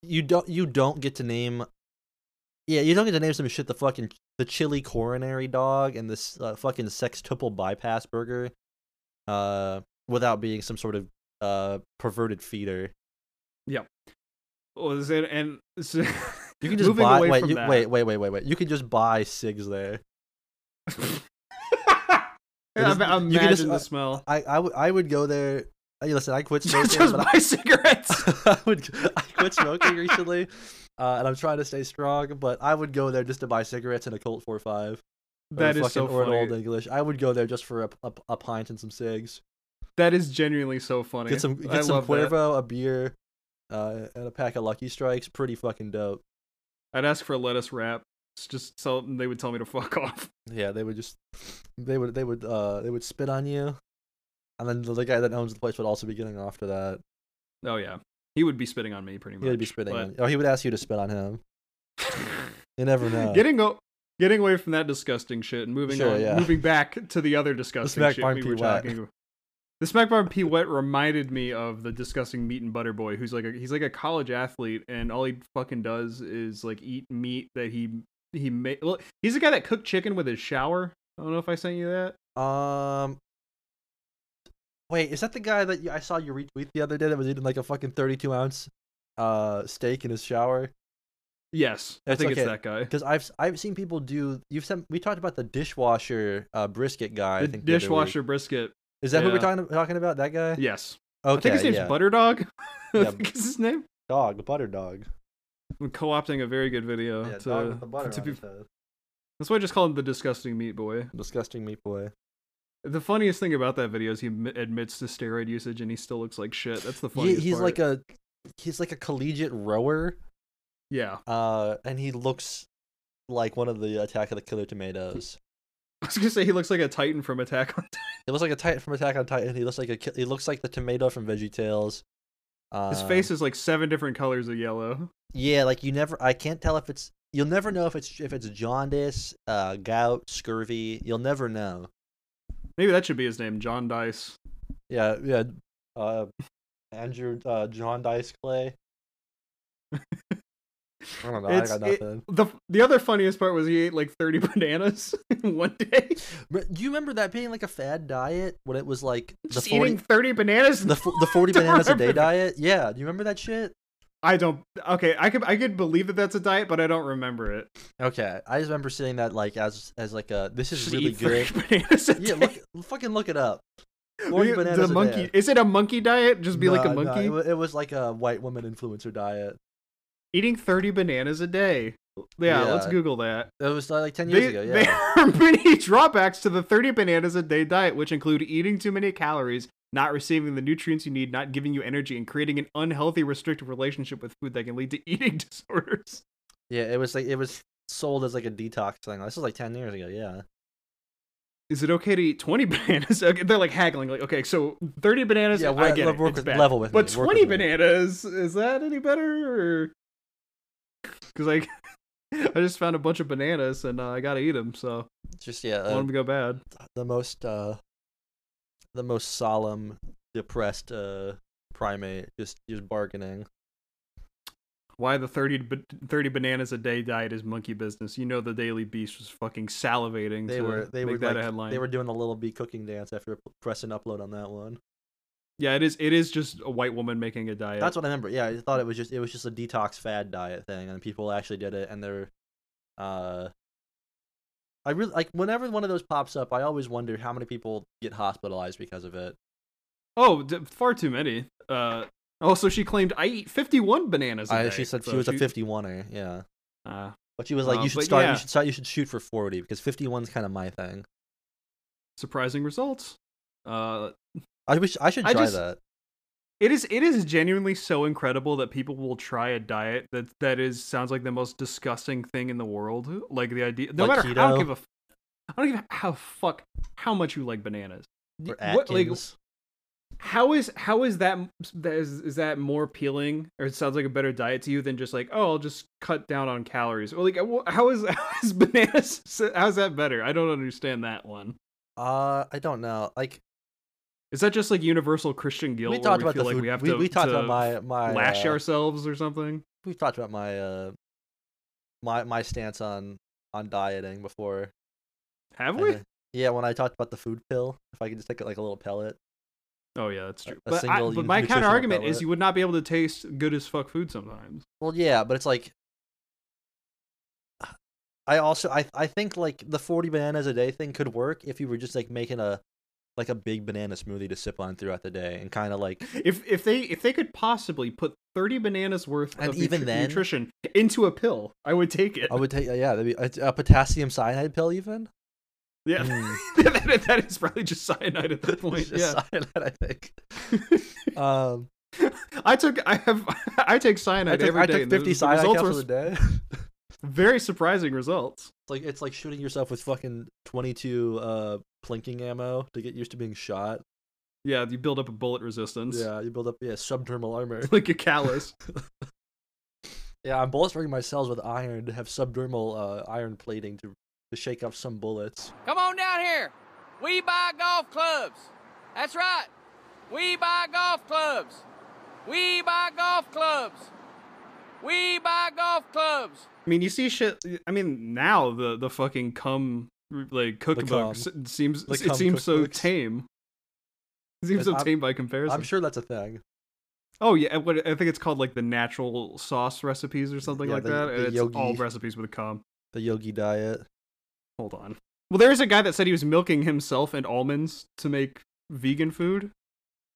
Speaker 2: you don't you don't get to name. Yeah, you don't get to name some shit the fucking the chili coronary dog and this uh, fucking sextuple bypass burger, uh, without being some sort of uh perverted feeder.
Speaker 1: Well, is it, and so,
Speaker 2: You can just
Speaker 1: moving
Speaker 2: buy
Speaker 1: away
Speaker 2: wait
Speaker 1: from
Speaker 2: you,
Speaker 1: that.
Speaker 2: wait wait wait wait wait you can just buy cigs there.
Speaker 1: Yeah,
Speaker 2: is-
Speaker 1: I- I
Speaker 2: you can just- uh,
Speaker 1: imagine the smell.
Speaker 2: I I would I would go there. I- Listen, I quit smoking.
Speaker 1: Just, just
Speaker 2: but I-
Speaker 1: buy cigarettes.
Speaker 2: I would I quit smoking recently, uh, and I'm trying to stay strong. But I would go there just to buy cigarettes and a Colt 45. or a
Speaker 1: That is so
Speaker 2: fucking- or an old
Speaker 1: funny.
Speaker 2: English. I would go there just for a, a, a pint and some cigs.
Speaker 1: That is genuinely so funny.
Speaker 2: Get some
Speaker 1: I
Speaker 2: get some
Speaker 1: love that.
Speaker 2: Cuervo, a beer, uh, and a pack of Lucky Strikes. Pretty fucking dope.
Speaker 1: I'd ask for a lettuce wrap. It's just so they would tell me to fuck off.
Speaker 2: Yeah, they would just they would they would uh they would spit on you, and then the guy that owns the place would also be getting off to that.
Speaker 1: Oh yeah, he would be spitting on me pretty much.
Speaker 2: He would be spitting.
Speaker 1: but-
Speaker 2: on Oh, he would ask you to spit on him. You never know.
Speaker 1: Getting o- getting away from that disgusting shit and moving
Speaker 2: Sure,
Speaker 1: on,
Speaker 2: yeah.
Speaker 1: moving back to the other disgusting
Speaker 2: Smack
Speaker 1: shit
Speaker 2: Barn
Speaker 1: we
Speaker 2: P.
Speaker 1: were
Speaker 2: Wet.
Speaker 1: talking. about. The Smack Barn P Wet reminded me of the disgusting meat and butter boy, who's like a, he's like a college athlete, and all he fucking does is like eat meat that he he made. Well, he's the guy that cooked chicken with his shower. I don't know if I sent you that.
Speaker 2: Um. Wait, is that the guy that you, I saw you retweet the other day that was eating like a fucking thirty-two ounce uh steak in his shower?
Speaker 1: Yes, I
Speaker 2: That's
Speaker 1: think
Speaker 2: okay.
Speaker 1: it's that guy.
Speaker 2: Because I've I've seen people do. You've sent we talked about the dishwasher uh, brisket guy. I
Speaker 1: The
Speaker 2: think the other
Speaker 1: dishwasher
Speaker 2: week.
Speaker 1: brisket.
Speaker 2: Is that who we're
Speaker 1: yeah.
Speaker 2: talking talking about? That guy?
Speaker 1: Yes,
Speaker 2: Okay.
Speaker 1: I think his name's
Speaker 2: yeah.
Speaker 1: Butter Dog.
Speaker 2: Yeah.
Speaker 1: I think is his name.
Speaker 2: Dog. Butter dog.
Speaker 1: I'm co-opting a very good video
Speaker 2: yeah,
Speaker 1: uh, to,
Speaker 2: dog with the butter
Speaker 1: to
Speaker 2: on
Speaker 1: be-
Speaker 2: his head.
Speaker 1: That's why I just call him the disgusting meat boy.
Speaker 2: Disgusting meat boy.
Speaker 1: The funniest thing about that video is he admi- admits to steroid usage and he still looks like shit. That's the
Speaker 2: He,
Speaker 1: funniest.
Speaker 2: he's
Speaker 1: part.
Speaker 2: like a he's like a collegiate rower.
Speaker 1: yeah.
Speaker 2: Uh, and he looks like one of the Attack of the Killer Tomatoes.
Speaker 1: I was gonna say he looks like a Titan from Attack on. Titan.
Speaker 2: He looks like a Titan from Attack on Titan. He looks like a ki- he looks like the tomato from Veggie Tales. Um,
Speaker 1: His face is like seven different colors of yellow.
Speaker 2: yeah, like you never. I can't tell if it's. You'll never know if it's if it's jaundice, uh, gout, scurvy. You'll never know.
Speaker 1: Maybe that should be his name, John Dice.
Speaker 2: Yeah, yeah. Uh, Andrew uh, John Dice Clay. I don't know.
Speaker 1: It's-
Speaker 2: I got
Speaker 1: it-
Speaker 2: nothing.
Speaker 1: the The other funniest part was he ate like thirty bananas in one day.
Speaker 2: But do you remember that being like a fad diet when it was like the
Speaker 1: Just
Speaker 2: forty
Speaker 1: eating thirty bananas.
Speaker 2: the, fo- the forty bananas a day
Speaker 1: Remember that.
Speaker 2: diet? Yeah, do you remember that shit?
Speaker 1: I don't. Okay, I could I could believe that that's a diet, but I don't remember it.
Speaker 2: Okay, I just remember seeing that like as as like a this is
Speaker 1: Just
Speaker 2: really
Speaker 1: eat
Speaker 2: good.
Speaker 1: 30 bananas a
Speaker 2: yeah,
Speaker 1: day.
Speaker 2: look, fucking look it up. 40
Speaker 1: The-
Speaker 2: bananas a
Speaker 1: the
Speaker 2: day.
Speaker 1: monkey. Is it a monkey diet? Just be like a
Speaker 2: No, no,
Speaker 1: monkey.
Speaker 2: it, wa- it was like a white woman influencer diet.
Speaker 1: Eating 30 bananas a day. Yeah, let's
Speaker 2: Yeah.
Speaker 1: Google that.
Speaker 2: It was uh, like ten years
Speaker 1: They-
Speaker 2: ago. Yeah.
Speaker 1: There are many drawbacks to the 30 bananas a day diet, which include eating too many calories, not receiving the nutrients you need, not giving you energy, and creating an unhealthy, restrictive relationship with food that can lead to eating disorders.
Speaker 2: Yeah, it was like it was sold as like a detox thing. This was like ten years ago. Yeah.
Speaker 1: Is it okay to eat 20 bananas? Okay, They're like haggling, like, okay, so 30 bananas,
Speaker 2: Yeah,
Speaker 1: I
Speaker 2: we're-
Speaker 1: get it,
Speaker 2: work
Speaker 1: it's
Speaker 2: with-
Speaker 1: bad.
Speaker 2: level with
Speaker 1: But
Speaker 2: me, work
Speaker 1: 20
Speaker 2: with me.
Speaker 1: bananas, is that any better? Because, like, I just found a bunch of bananas and uh, I gotta eat them, so
Speaker 2: Just yeah.
Speaker 1: I want
Speaker 2: uh,
Speaker 1: them to go bad.
Speaker 2: the most uh the most solemn depressed uh primate just just bargaining
Speaker 1: Why the 30, ba- 30 bananas a day diet is monkey business. You know the Daily Beast was fucking salivating
Speaker 2: they
Speaker 1: to
Speaker 2: were they
Speaker 1: make
Speaker 2: were
Speaker 1: that
Speaker 2: like,
Speaker 1: a headline.
Speaker 2: they were doing the little bee cooking dance after p- pressing upload on that one
Speaker 1: yeah, it is it is just a white woman making a diet.
Speaker 2: that's what i remember yeah i thought it was just it was just a detox fad diet thing and people actually did it and they're uh i really like whenever one of those pops up i always wonder how many people get hospitalized because of it
Speaker 1: Oh, d- far too many. Uh, also, she claimed I eat 51 bananas a
Speaker 2: I,
Speaker 1: day.
Speaker 2: she said she
Speaker 1: So
Speaker 2: was a 51er yeah
Speaker 1: Uh,
Speaker 2: but she was like
Speaker 1: Uh,
Speaker 2: you should
Speaker 1: but
Speaker 2: start
Speaker 1: yeah.
Speaker 2: you should start you should shoot for 40 because 51's kind of my thing
Speaker 1: surprising results. Uh,
Speaker 2: i wish i should
Speaker 1: I
Speaker 2: try
Speaker 1: just-
Speaker 2: that
Speaker 1: it is it is genuinely so incredible that people will try a diet that that is sounds like the most disgusting thing in the world. Like the idea, no
Speaker 2: Like
Speaker 1: matter I
Speaker 2: keto?
Speaker 1: don't give a, f- I don't give a how fuck how much you like bananas.
Speaker 2: Or
Speaker 1: Y- what, like,
Speaker 2: Atkins.
Speaker 1: how is how is that that is, is that more appealing or it sounds like a better diet to you than just like oh I'll just cut down on calories or like wh- how is how is bananas how's that better? I don't understand that one.
Speaker 2: uh, I don't know. Like
Speaker 1: Is that just like universal Christian guilt?
Speaker 2: we
Speaker 1: where we
Speaker 2: talked about
Speaker 1: feel like
Speaker 2: the food.
Speaker 1: we
Speaker 2: We,
Speaker 1: have
Speaker 2: we,
Speaker 1: to,
Speaker 2: talked
Speaker 1: to
Speaker 2: about my my.
Speaker 1: lash
Speaker 2: uh,
Speaker 1: ourselves or something?
Speaker 2: We've talked about my uh, my my stance on on dieting before.
Speaker 1: Have
Speaker 2: and,
Speaker 1: we?
Speaker 2: uh, yeah, when I talked about the food pill, if I could just take it like a little pellet.
Speaker 1: Oh yeah, that's true.
Speaker 2: a
Speaker 1: But, I,
Speaker 2: single
Speaker 1: but my
Speaker 2: nutritional
Speaker 1: counter argument
Speaker 2: pellet.
Speaker 1: is you would not be able to taste good as fuck food sometimes.
Speaker 2: Well, yeah, but it's like. I also I I think like the forty bananas a day thing could work if you were just like making a, like a big banana smoothie to sip on throughout the day and kind of like
Speaker 1: If if they if they could possibly put thirty bananas worth
Speaker 2: And
Speaker 1: of
Speaker 2: even
Speaker 1: nutri-
Speaker 2: then-
Speaker 1: nutrition into a pill, I would take it.
Speaker 2: I would take yeah that'd be a, a potassium cyanide pill even
Speaker 1: Yeah,
Speaker 2: Mm.
Speaker 1: that, that is probably just cyanide at that
Speaker 2: It's
Speaker 1: point.
Speaker 2: just
Speaker 1: Yeah,
Speaker 2: cyanide, I think. Um,
Speaker 1: I took I have I take
Speaker 2: I
Speaker 1: cyanide
Speaker 2: took,
Speaker 1: every
Speaker 2: I
Speaker 1: day,
Speaker 2: took
Speaker 1: and the-
Speaker 2: 50
Speaker 1: the
Speaker 2: cyanide
Speaker 1: results
Speaker 2: capsules
Speaker 1: were
Speaker 2: a day. it's
Speaker 1: very surprising results.
Speaker 2: like it's like shooting yourself with fucking 22 uh plinking ammo to get used to being shot.
Speaker 1: Yeah, you build up a bullet resistance.
Speaker 2: Yeah, you build up yeah subdermal armor.
Speaker 1: like a callus.
Speaker 2: yeah, I'm bolstering my cells with iron to have subdermal uh, iron plating to to shake off some bullets.
Speaker 5: Come on down here. We buy golf clubs. That's right. We buy golf clubs. We buy golf clubs. We buy golf clubs.
Speaker 1: I mean, you see shit. I mean, now the the fucking cum like
Speaker 2: cum.
Speaker 1: cookbook s- seems
Speaker 2: The
Speaker 1: it
Speaker 2: cum
Speaker 1: seems so
Speaker 2: cookbooks.
Speaker 1: tame. It seems so
Speaker 2: I'm-
Speaker 1: tame by comparison.
Speaker 2: I'm sure that's a thing.
Speaker 1: oh yeah, and what I think it's called like the natural sauce recipes or something
Speaker 2: Yeah,
Speaker 1: like
Speaker 2: the-
Speaker 1: that.
Speaker 2: the
Speaker 1: and it's all
Speaker 2: Yogi.
Speaker 1: recipes with cum.
Speaker 2: The yogi diet.
Speaker 1: Hold on. Well, there's a guy that said he was milking himself and almonds to make vegan food.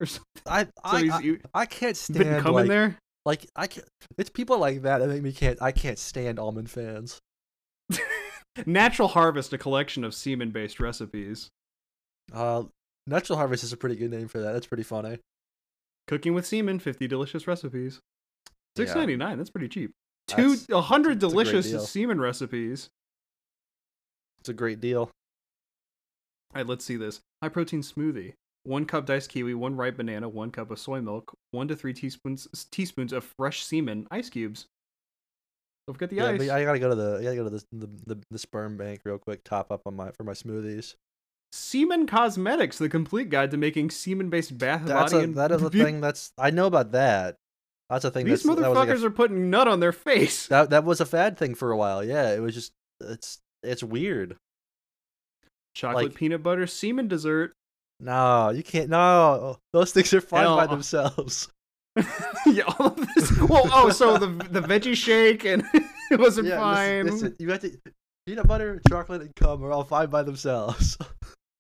Speaker 2: I
Speaker 1: So
Speaker 2: I,
Speaker 1: he's
Speaker 2: I,
Speaker 1: you
Speaker 2: I can't
Speaker 1: been
Speaker 2: stand
Speaker 1: coming
Speaker 2: like,
Speaker 1: there.
Speaker 2: like I can't, it's people like that that make me can't I can't stand almond fans.
Speaker 1: Natural Harvest, a collection of semen-based recipes.
Speaker 2: Uh, Natural Harvest is a pretty good name for that. That's pretty funny.
Speaker 1: Cooking with semen, 50 delicious recipes.
Speaker 2: Yeah.
Speaker 1: Six ninety nine. That's pretty cheap. Two
Speaker 2: That's-
Speaker 1: a hundred
Speaker 2: that's a great
Speaker 1: delicious
Speaker 2: deal.
Speaker 1: semen recipes.
Speaker 2: It's a great deal.
Speaker 1: All right, let's see this. High protein smoothie. One cup diced kiwi, one ripe banana, one cup of soy milk, one to three teaspoons teaspoons of fresh semen, ice cubes. Don't forget the
Speaker 2: Yeah,
Speaker 1: ice.
Speaker 2: but I gotta go to the I gotta go to the, the, the, the sperm bank real quick. Top up on my for my smoothies.
Speaker 1: Semen Cosmetics, the complete guide to making semen-based bath
Speaker 2: That's
Speaker 1: body
Speaker 2: a
Speaker 1: and
Speaker 2: that is a
Speaker 1: beauty-
Speaker 2: thing. That's I know about that. That's a thing.
Speaker 1: These
Speaker 2: that's, that was like a-
Speaker 1: motherfuckers are putting nut on their face.
Speaker 2: that that was a fad thing for a while. Yeah, it was just it's it's weird.
Speaker 1: Chocolate
Speaker 2: like-
Speaker 1: peanut butter semen dessert.
Speaker 2: No, you can't. No, those things are fine
Speaker 1: Hell.
Speaker 2: by themselves.
Speaker 1: yeah, all of this. Well, oh, so the the veggie shake and it wasn't
Speaker 2: yeah,
Speaker 1: fine.
Speaker 2: listen- listen, you have to peanut butter, chocolate, and cum are all fine by themselves.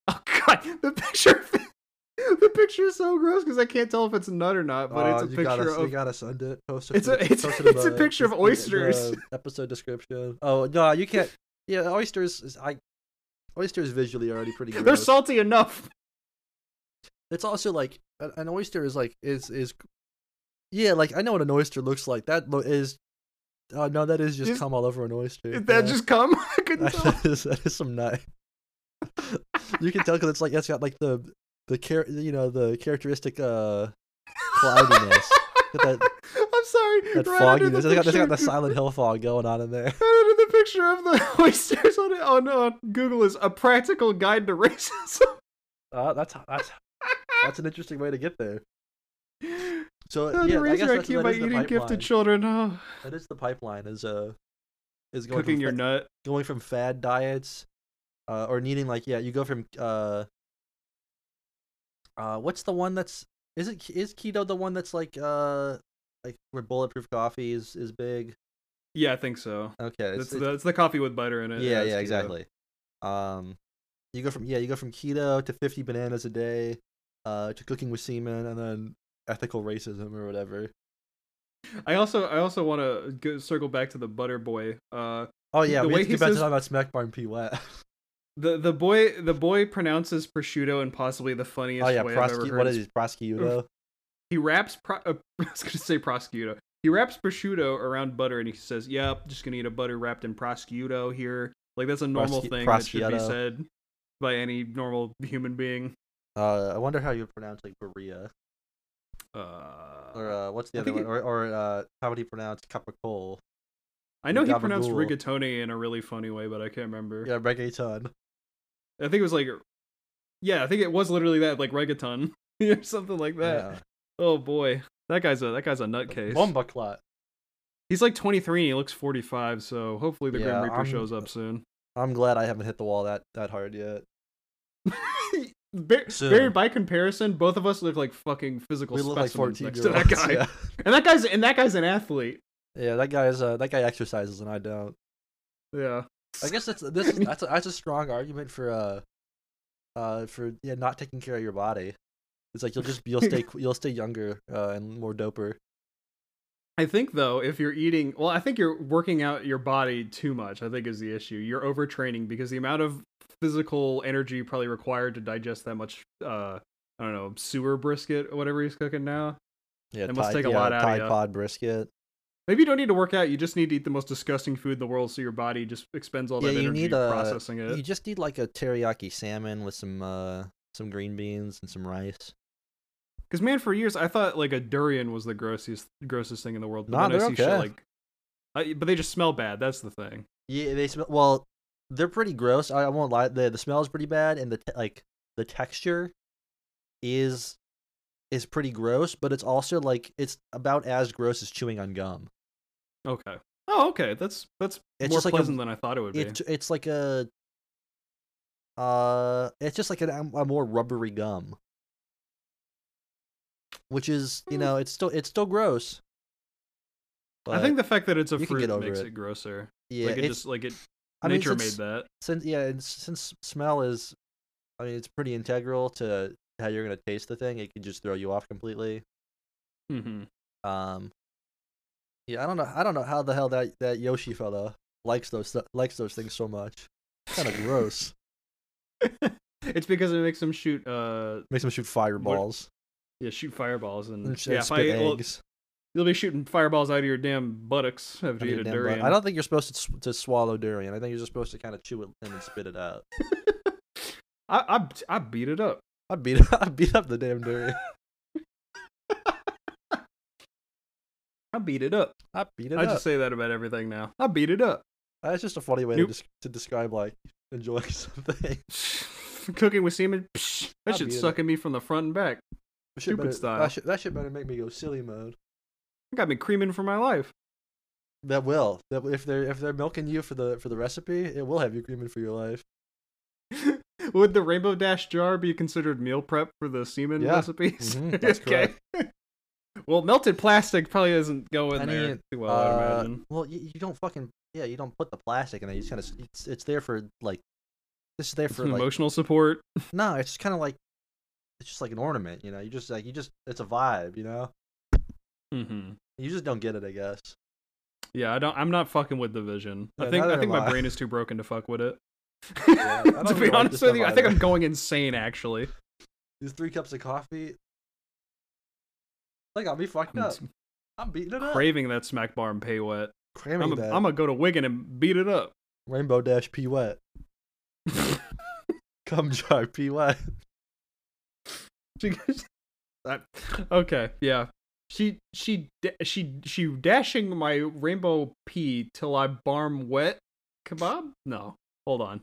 Speaker 1: Oh god, the picture of the picture is so gross because I can't tell if it's a nut or not, but it's a
Speaker 2: Uh, you
Speaker 1: picture
Speaker 2: gotta,
Speaker 1: of
Speaker 2: You gotta send it. Post it.
Speaker 1: It's
Speaker 2: for
Speaker 1: a-
Speaker 2: the-
Speaker 1: it's-
Speaker 2: post it in
Speaker 1: it's a picture of
Speaker 2: in the-
Speaker 1: oysters.
Speaker 2: the episode description. Oh no, you can't. Yeah, oysters. Is, I oysters visually are already pretty. Gross.
Speaker 1: they're salty enough.
Speaker 2: It's also like an- an oyster is like is is. Yeah, like I know what an oyster looks like. That lo- is. Oh no, that is just
Speaker 1: Is-
Speaker 2: cum all over an oyster.
Speaker 1: Did that
Speaker 2: Yeah.
Speaker 1: just come? I couldn't tell.
Speaker 2: that, is, that is some nut. you can tell because it's like it's got like the the char- you know the characteristic uh cloudiness. Got that
Speaker 1: I'm sorry.
Speaker 2: that
Speaker 1: right Under
Speaker 2: fogginess.
Speaker 1: the
Speaker 2: It's got, it's
Speaker 1: picture,
Speaker 2: got the Silent Hill fog going on in there.
Speaker 1: right under the picture of the oysters on, on uh, Google is a practical guide to racism.
Speaker 2: Uh, that's that's that's an interesting way to get there. So
Speaker 1: How
Speaker 2: yeah,
Speaker 1: to
Speaker 2: I
Speaker 1: raise
Speaker 2: guess
Speaker 1: your
Speaker 2: that's,
Speaker 1: IQ
Speaker 2: that
Speaker 1: by
Speaker 2: is the
Speaker 1: eating
Speaker 2: pipeline.
Speaker 1: gifted children. Oh.
Speaker 2: that is the pipeline. Is uh, is going
Speaker 1: Cooking
Speaker 2: from
Speaker 1: your
Speaker 2: fa-
Speaker 1: nut.
Speaker 2: going from fad diets, uh, or needing like yeah, you go from uh, uh, what's the one that's is it is keto the one that's like uh, like where bulletproof coffee is is big.
Speaker 1: Yeah, I think so.
Speaker 2: Okay, it's,
Speaker 1: That's
Speaker 2: it's-
Speaker 1: the, it's the coffee with butter in it. uh,
Speaker 2: yeah,
Speaker 1: it's
Speaker 2: yeah,
Speaker 1: keto.
Speaker 2: exactly. Um, you go from yeah, you go from keto to fifty bananas a day, uh, to cooking with semen, and then ethical racism or whatever.
Speaker 1: I also I also want to circle back to the butter boy. Uh,
Speaker 2: Oh yeah,
Speaker 1: The
Speaker 2: we
Speaker 1: way
Speaker 2: have to
Speaker 1: he
Speaker 2: get back to
Speaker 1: says-
Speaker 2: talking about Smack Barn P Wet.
Speaker 1: the the boy the boy pronounces prosciutto in possibly the funniest
Speaker 2: oh yeah,
Speaker 1: way I've ever
Speaker 2: prosecute.
Speaker 1: heard.
Speaker 2: What
Speaker 1: It's
Speaker 2: is it, prosciutto?
Speaker 1: he wraps pro- uh, I was gonna say prosciutto. He wraps prosciutto around butter, and he says, "Yep, just gonna eat a butter wrapped in prosciutto here." Like that's a normal
Speaker 2: Prosci-
Speaker 1: thing that should be
Speaker 2: prosciutto.
Speaker 1: said by any normal human being.
Speaker 2: Uh, I wonder how you would pronounce like Berea
Speaker 1: Uh,
Speaker 2: or uh, what's the
Speaker 1: I
Speaker 2: other one?
Speaker 1: think
Speaker 2: Or, or uh, how would he pronounce capricole?
Speaker 1: I know he
Speaker 2: Gabagool.
Speaker 1: pronounced rigatoni in a really funny way, but I can't remember.
Speaker 2: Yeah, reggaeton.
Speaker 1: I think it was like, yeah, I think it was literally that, like reggaeton or something like that.
Speaker 2: Yeah.
Speaker 1: Oh boy, that guy's a that guy's a nutcase.
Speaker 2: Bomba clot.
Speaker 1: He's like 23 and he looks 45, so hopefully the
Speaker 2: Yeah,
Speaker 1: Grim Reaper
Speaker 2: I'm-
Speaker 1: shows up soon.
Speaker 2: I'm glad I haven't hit the wall that that hard yet.
Speaker 1: Bar-
Speaker 2: Soon.
Speaker 1: Barry, by comparison, both of us look like fucking physical
Speaker 2: We look like
Speaker 1: specimens
Speaker 2: 14
Speaker 1: next
Speaker 2: year
Speaker 1: to that
Speaker 2: olds.
Speaker 1: guy.
Speaker 2: Yeah.
Speaker 1: And that guy's and that guy's an athlete.
Speaker 2: yeah, that guy's uh, that guy exercises and I don't.
Speaker 1: Yeah.
Speaker 2: I guess that's this is, that's a, that's a strong argument for uh uh for yeah not taking care of your body. It's like you'll just you'll stay you'll stay younger uh, and more doper.
Speaker 1: I think though, if you're eating, well, I think you're working out your body too much. I think is the issue. You're overtraining because the amount of physical energy probably required to digest that much. uh I don't know sewer brisket or whatever he's cooking now.
Speaker 2: Yeah,
Speaker 1: It must
Speaker 2: Tide-
Speaker 1: take a
Speaker 2: yeah,
Speaker 1: lot out of
Speaker 2: Tide
Speaker 1: ya.
Speaker 2: Pod brisket.
Speaker 1: Maybe you don't need to work out. You just need to eat the most disgusting food in the world, so your body just expends all
Speaker 2: Yeah,
Speaker 1: that
Speaker 2: you
Speaker 1: energy
Speaker 2: need, uh,
Speaker 1: processing it.
Speaker 2: You just need like a teriyaki salmon with some uh some green beans and some rice.
Speaker 1: Because man, for years I thought like a durian was the grossest grossest thing in the world. But
Speaker 2: Nah,
Speaker 1: then I
Speaker 2: they're
Speaker 1: see shit
Speaker 2: okay.
Speaker 1: like, I, but they just smell bad. That's the thing.
Speaker 2: Yeah, they smell well. They're pretty gross. I, I won't lie. the The smell is pretty bad, and the te- like the texture is is pretty gross. But it's also like it's about as gross as chewing on gum.
Speaker 1: Okay. Oh, okay. That's that's
Speaker 2: It's
Speaker 1: more
Speaker 2: just like a-
Speaker 1: pleasant than I thought it would be.
Speaker 2: It, it's like a uh, it's just like an, a more rubbery gum, which is you
Speaker 1: Hmm.
Speaker 2: know it's still it's still gross.
Speaker 1: I think the fact that it's a
Speaker 2: you can
Speaker 1: fruit
Speaker 2: get over
Speaker 1: makes
Speaker 2: it.
Speaker 1: it, grosser.
Speaker 2: yeah,
Speaker 1: like it
Speaker 2: it's-
Speaker 1: just like it
Speaker 2: I mean,
Speaker 1: nature made
Speaker 2: since-
Speaker 1: that.
Speaker 2: since yeah, and s- since smell is, I mean, it's pretty integral to how you're gonna taste the thing. It could just throw you off completely.
Speaker 1: hmm
Speaker 2: Um, yeah, I don't know. I don't know how the hell that that Yoshi fella likes those th- likes those things so much. Kind of gross.
Speaker 1: It's because it makes them shoot uh
Speaker 2: Makes him shoot fireballs
Speaker 1: yeah shoot fireballs and,
Speaker 2: and, sh- and
Speaker 1: yeah if I-
Speaker 2: spit
Speaker 1: well,
Speaker 2: eggs.
Speaker 1: you'll be shooting fireballs out of your damn buttocks after
Speaker 2: I
Speaker 1: you eat
Speaker 2: mean,
Speaker 1: a
Speaker 2: damn, but
Speaker 1: durian.
Speaker 2: I don't think you're supposed to, s- to swallow durian. I think you're just supposed to kind of chew it and then spit it out.
Speaker 1: I, I I beat it up.
Speaker 2: I beat I beat up the damn durian.
Speaker 1: I beat it up.
Speaker 2: I beat it
Speaker 1: I
Speaker 2: up.
Speaker 1: just say that about everything now. I beat it up.
Speaker 2: That's just a funny way
Speaker 1: Nope.
Speaker 2: to, des- to describe like enjoying something.
Speaker 1: Cooking with semen. Psh, that
Speaker 2: I'll
Speaker 1: shit
Speaker 2: be in
Speaker 1: sucking me from the front and back.
Speaker 2: That shit
Speaker 1: Stupid
Speaker 2: better-
Speaker 1: style.
Speaker 2: That shit, that shit better make me go silly mode.
Speaker 1: Got me creaming for my life.
Speaker 2: That will. That if they're if they're milking you for the for the recipe, it will have you creaming for your life.
Speaker 1: Would the rainbow dash jar be considered meal prep for the semen
Speaker 2: Yeah.
Speaker 1: recipes?
Speaker 2: Mhm, that's correct.
Speaker 1: well, melted plastic probably doesn't go in
Speaker 2: I
Speaker 1: there
Speaker 2: mean,
Speaker 1: too well. I would
Speaker 2: Uh,
Speaker 1: imagine.
Speaker 2: well, you, you don't fucking yeah, you don't put the plastic in there. You just kind of it's it's there for like this is there for
Speaker 1: Some
Speaker 2: like
Speaker 1: emotional support.
Speaker 2: no, it's just kind of like it's just like an ornament, you know. You just like you just it's a vibe, you know.
Speaker 1: Mm-hmm.
Speaker 2: You just don't get it, I guess.
Speaker 1: Yeah, I don't. I'm not fucking with the vision. I
Speaker 2: Yeah,
Speaker 1: think I
Speaker 2: neither
Speaker 1: think
Speaker 2: am
Speaker 1: my
Speaker 2: I.
Speaker 1: brain is too broken to fuck with it.
Speaker 2: Yeah, I don't
Speaker 1: to
Speaker 2: even
Speaker 1: be
Speaker 2: like
Speaker 1: honest
Speaker 2: this
Speaker 1: with
Speaker 2: stuff
Speaker 1: you, I think
Speaker 2: either.
Speaker 1: I'm going insane. Actually,
Speaker 2: These three cups of coffee, that got me fucked
Speaker 1: I'm
Speaker 2: up. I'm beating it up.
Speaker 1: craving that smack bar and pay wet.
Speaker 2: Cramming
Speaker 1: I'm
Speaker 2: that
Speaker 1: gonna go to Wigan and beat it up.
Speaker 2: rainbow dash p wet. Come jar p wet.
Speaker 1: That- okay, yeah. She she da- she she dashing my rainbow pea till I barm wet kebab. No, hold on.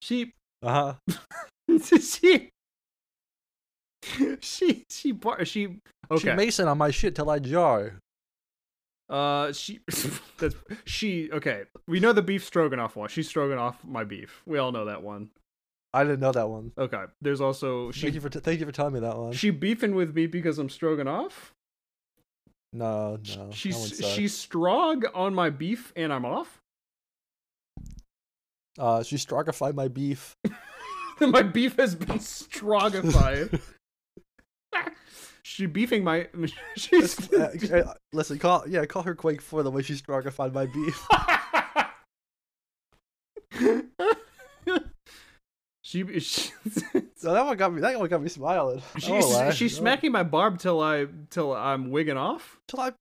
Speaker 1: She
Speaker 2: Uh huh.
Speaker 1: she she she bar she okay.
Speaker 2: She mason on my shit till I jar.
Speaker 1: uh, she that's she okay. We know the beef stroganoff one. She's stroganoff my beef. We all know that one.
Speaker 2: I didn't know that one.
Speaker 1: Okay. There's also
Speaker 2: thank
Speaker 1: she
Speaker 2: you for t- thank you for telling me that one.
Speaker 1: she beefing with me because I'm stroganoff.
Speaker 2: no,
Speaker 1: Sh-
Speaker 2: no, that one
Speaker 1: she's
Speaker 2: sucks.
Speaker 1: she's strong on my beef and I'm off.
Speaker 2: uh, she strogified my beef.
Speaker 1: my beef has been strongified. she beefing my she's
Speaker 2: Uh, uh, listen, call yeah, call her Quake Four the way she strogified my beef. uh,
Speaker 1: she she,
Speaker 2: So that one got me. That one got me smiling. Oh, I
Speaker 1: she's,
Speaker 2: won't lie.
Speaker 1: she's
Speaker 2: No.
Speaker 1: smacking my barb till I till I'm wigging off.
Speaker 2: Till I-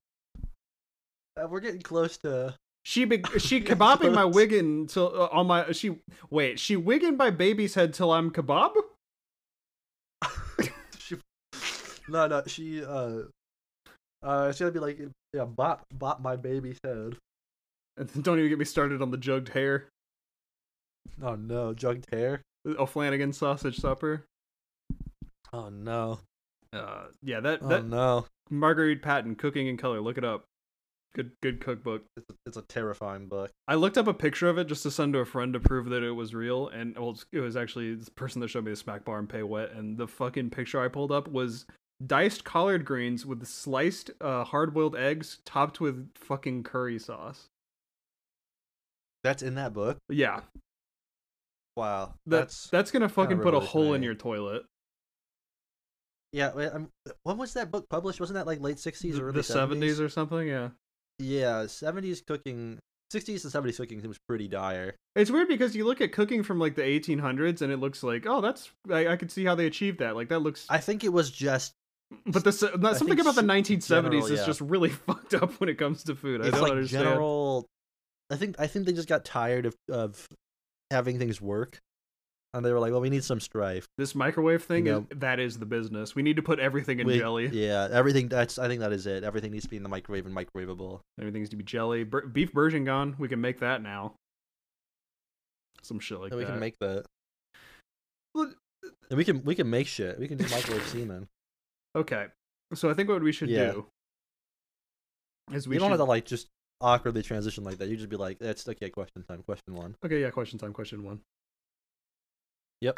Speaker 2: Uh, we're getting close to.
Speaker 1: She be, she
Speaker 2: Yeah,
Speaker 1: kebabbing my
Speaker 2: close.
Speaker 1: wigging till uh, on my she wait she wigging my baby's head till I'm kebab.
Speaker 2: She, no, no, she uh, uh, she's gonna be like, yeah, bop, bop my baby's head.
Speaker 1: Don't even get me started on the jugged hair.
Speaker 2: Oh no, jugged hair.
Speaker 1: O'Flanagan sausage supper.
Speaker 2: Oh no,
Speaker 1: Uh, yeah, that
Speaker 2: oh
Speaker 1: that
Speaker 2: no.
Speaker 1: Marguerite Patton cooking in color. Look it up. Good good cookbook.
Speaker 2: It's a, it's a terrifying book.
Speaker 1: I looked up a picture of it just to send to a friend to prove that it was real, and well, it's- it was actually the person that showed me the smack bar and pay wet. And the fucking picture I pulled up was diced collard greens with sliced uh, hard boiled eggs topped with fucking curry sauce.
Speaker 2: That's in that book.
Speaker 1: Yeah,
Speaker 2: Wow,
Speaker 1: that's
Speaker 2: that's,
Speaker 1: that's gonna fucking put a hole in
Speaker 2: revolutionary.
Speaker 1: your toilet.
Speaker 2: yeah. wait, I'm, when was that book published? Wasn't that like late sixties or early
Speaker 1: The seventies or something. Yeah.
Speaker 2: Yeah, seventies cooking, sixties and seventies cooking seems pretty dire.
Speaker 1: It's weird because you look at cooking from like the 1800s and it looks like, oh, that's I, I could see how they achieved that. Like that looks,
Speaker 2: I think it was just
Speaker 1: but the se- not-
Speaker 2: I
Speaker 1: something
Speaker 2: think
Speaker 1: about the
Speaker 2: s- in
Speaker 1: 1970s is
Speaker 2: general, yeah.
Speaker 1: just really fucked up when it comes to food. I
Speaker 2: it's
Speaker 1: don't
Speaker 2: like
Speaker 1: understand.
Speaker 2: general. I think I think they just got tired of of having things work, and they were like, "Well, we need some strife."
Speaker 1: This microwave thing
Speaker 2: You
Speaker 1: is that is the business. We need to put everything in
Speaker 2: We-
Speaker 1: jelly.
Speaker 2: Yeah, everything. That's I think that is it. Everything needs to be in the microwave and microwavable.
Speaker 1: Everything needs to be jelly. Bur- beef bourguignon, we can make that now. Some shit like
Speaker 2: and we
Speaker 1: that.
Speaker 2: can make that.
Speaker 1: Well,
Speaker 2: And we can we can make shit. We can just microwave semen.
Speaker 1: okay, so I think what we should
Speaker 2: Yeah.
Speaker 1: do is
Speaker 2: We
Speaker 1: we
Speaker 2: you don't
Speaker 1: should-
Speaker 2: have to like just awkwardly transition like that. You just be like, "That's okay." Question time. Question one.
Speaker 1: Okay, yeah, question time, question one.
Speaker 2: Yep.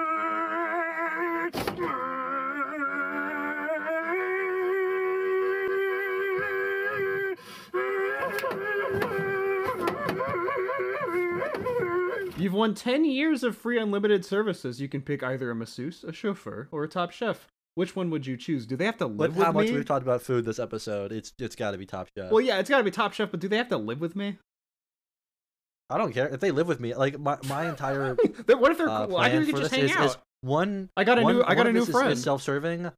Speaker 1: You've won 10 years of free unlimited services. You can pick either a masseuse, a chauffeur, or a top chef. Which one would you choose? Do they have to
Speaker 2: But
Speaker 1: live
Speaker 2: how
Speaker 1: with
Speaker 2: much
Speaker 1: me?
Speaker 2: we've talked about food this episode, it's it's got to be top chef.
Speaker 1: well, yeah, it's gotta be top chef, but do they have to live with me?
Speaker 2: I don't care if they live with me. Like my my entire
Speaker 1: Then what if they're
Speaker 2: uh,
Speaker 1: cool? I think we
Speaker 2: plan for
Speaker 1: could just
Speaker 2: this
Speaker 1: hang
Speaker 2: is,
Speaker 1: out.
Speaker 2: is one.
Speaker 1: I got a
Speaker 2: one-
Speaker 1: new I got
Speaker 2: one
Speaker 1: a
Speaker 2: of
Speaker 1: new
Speaker 2: this is-
Speaker 1: friend.
Speaker 2: Is, self-serving. Uh,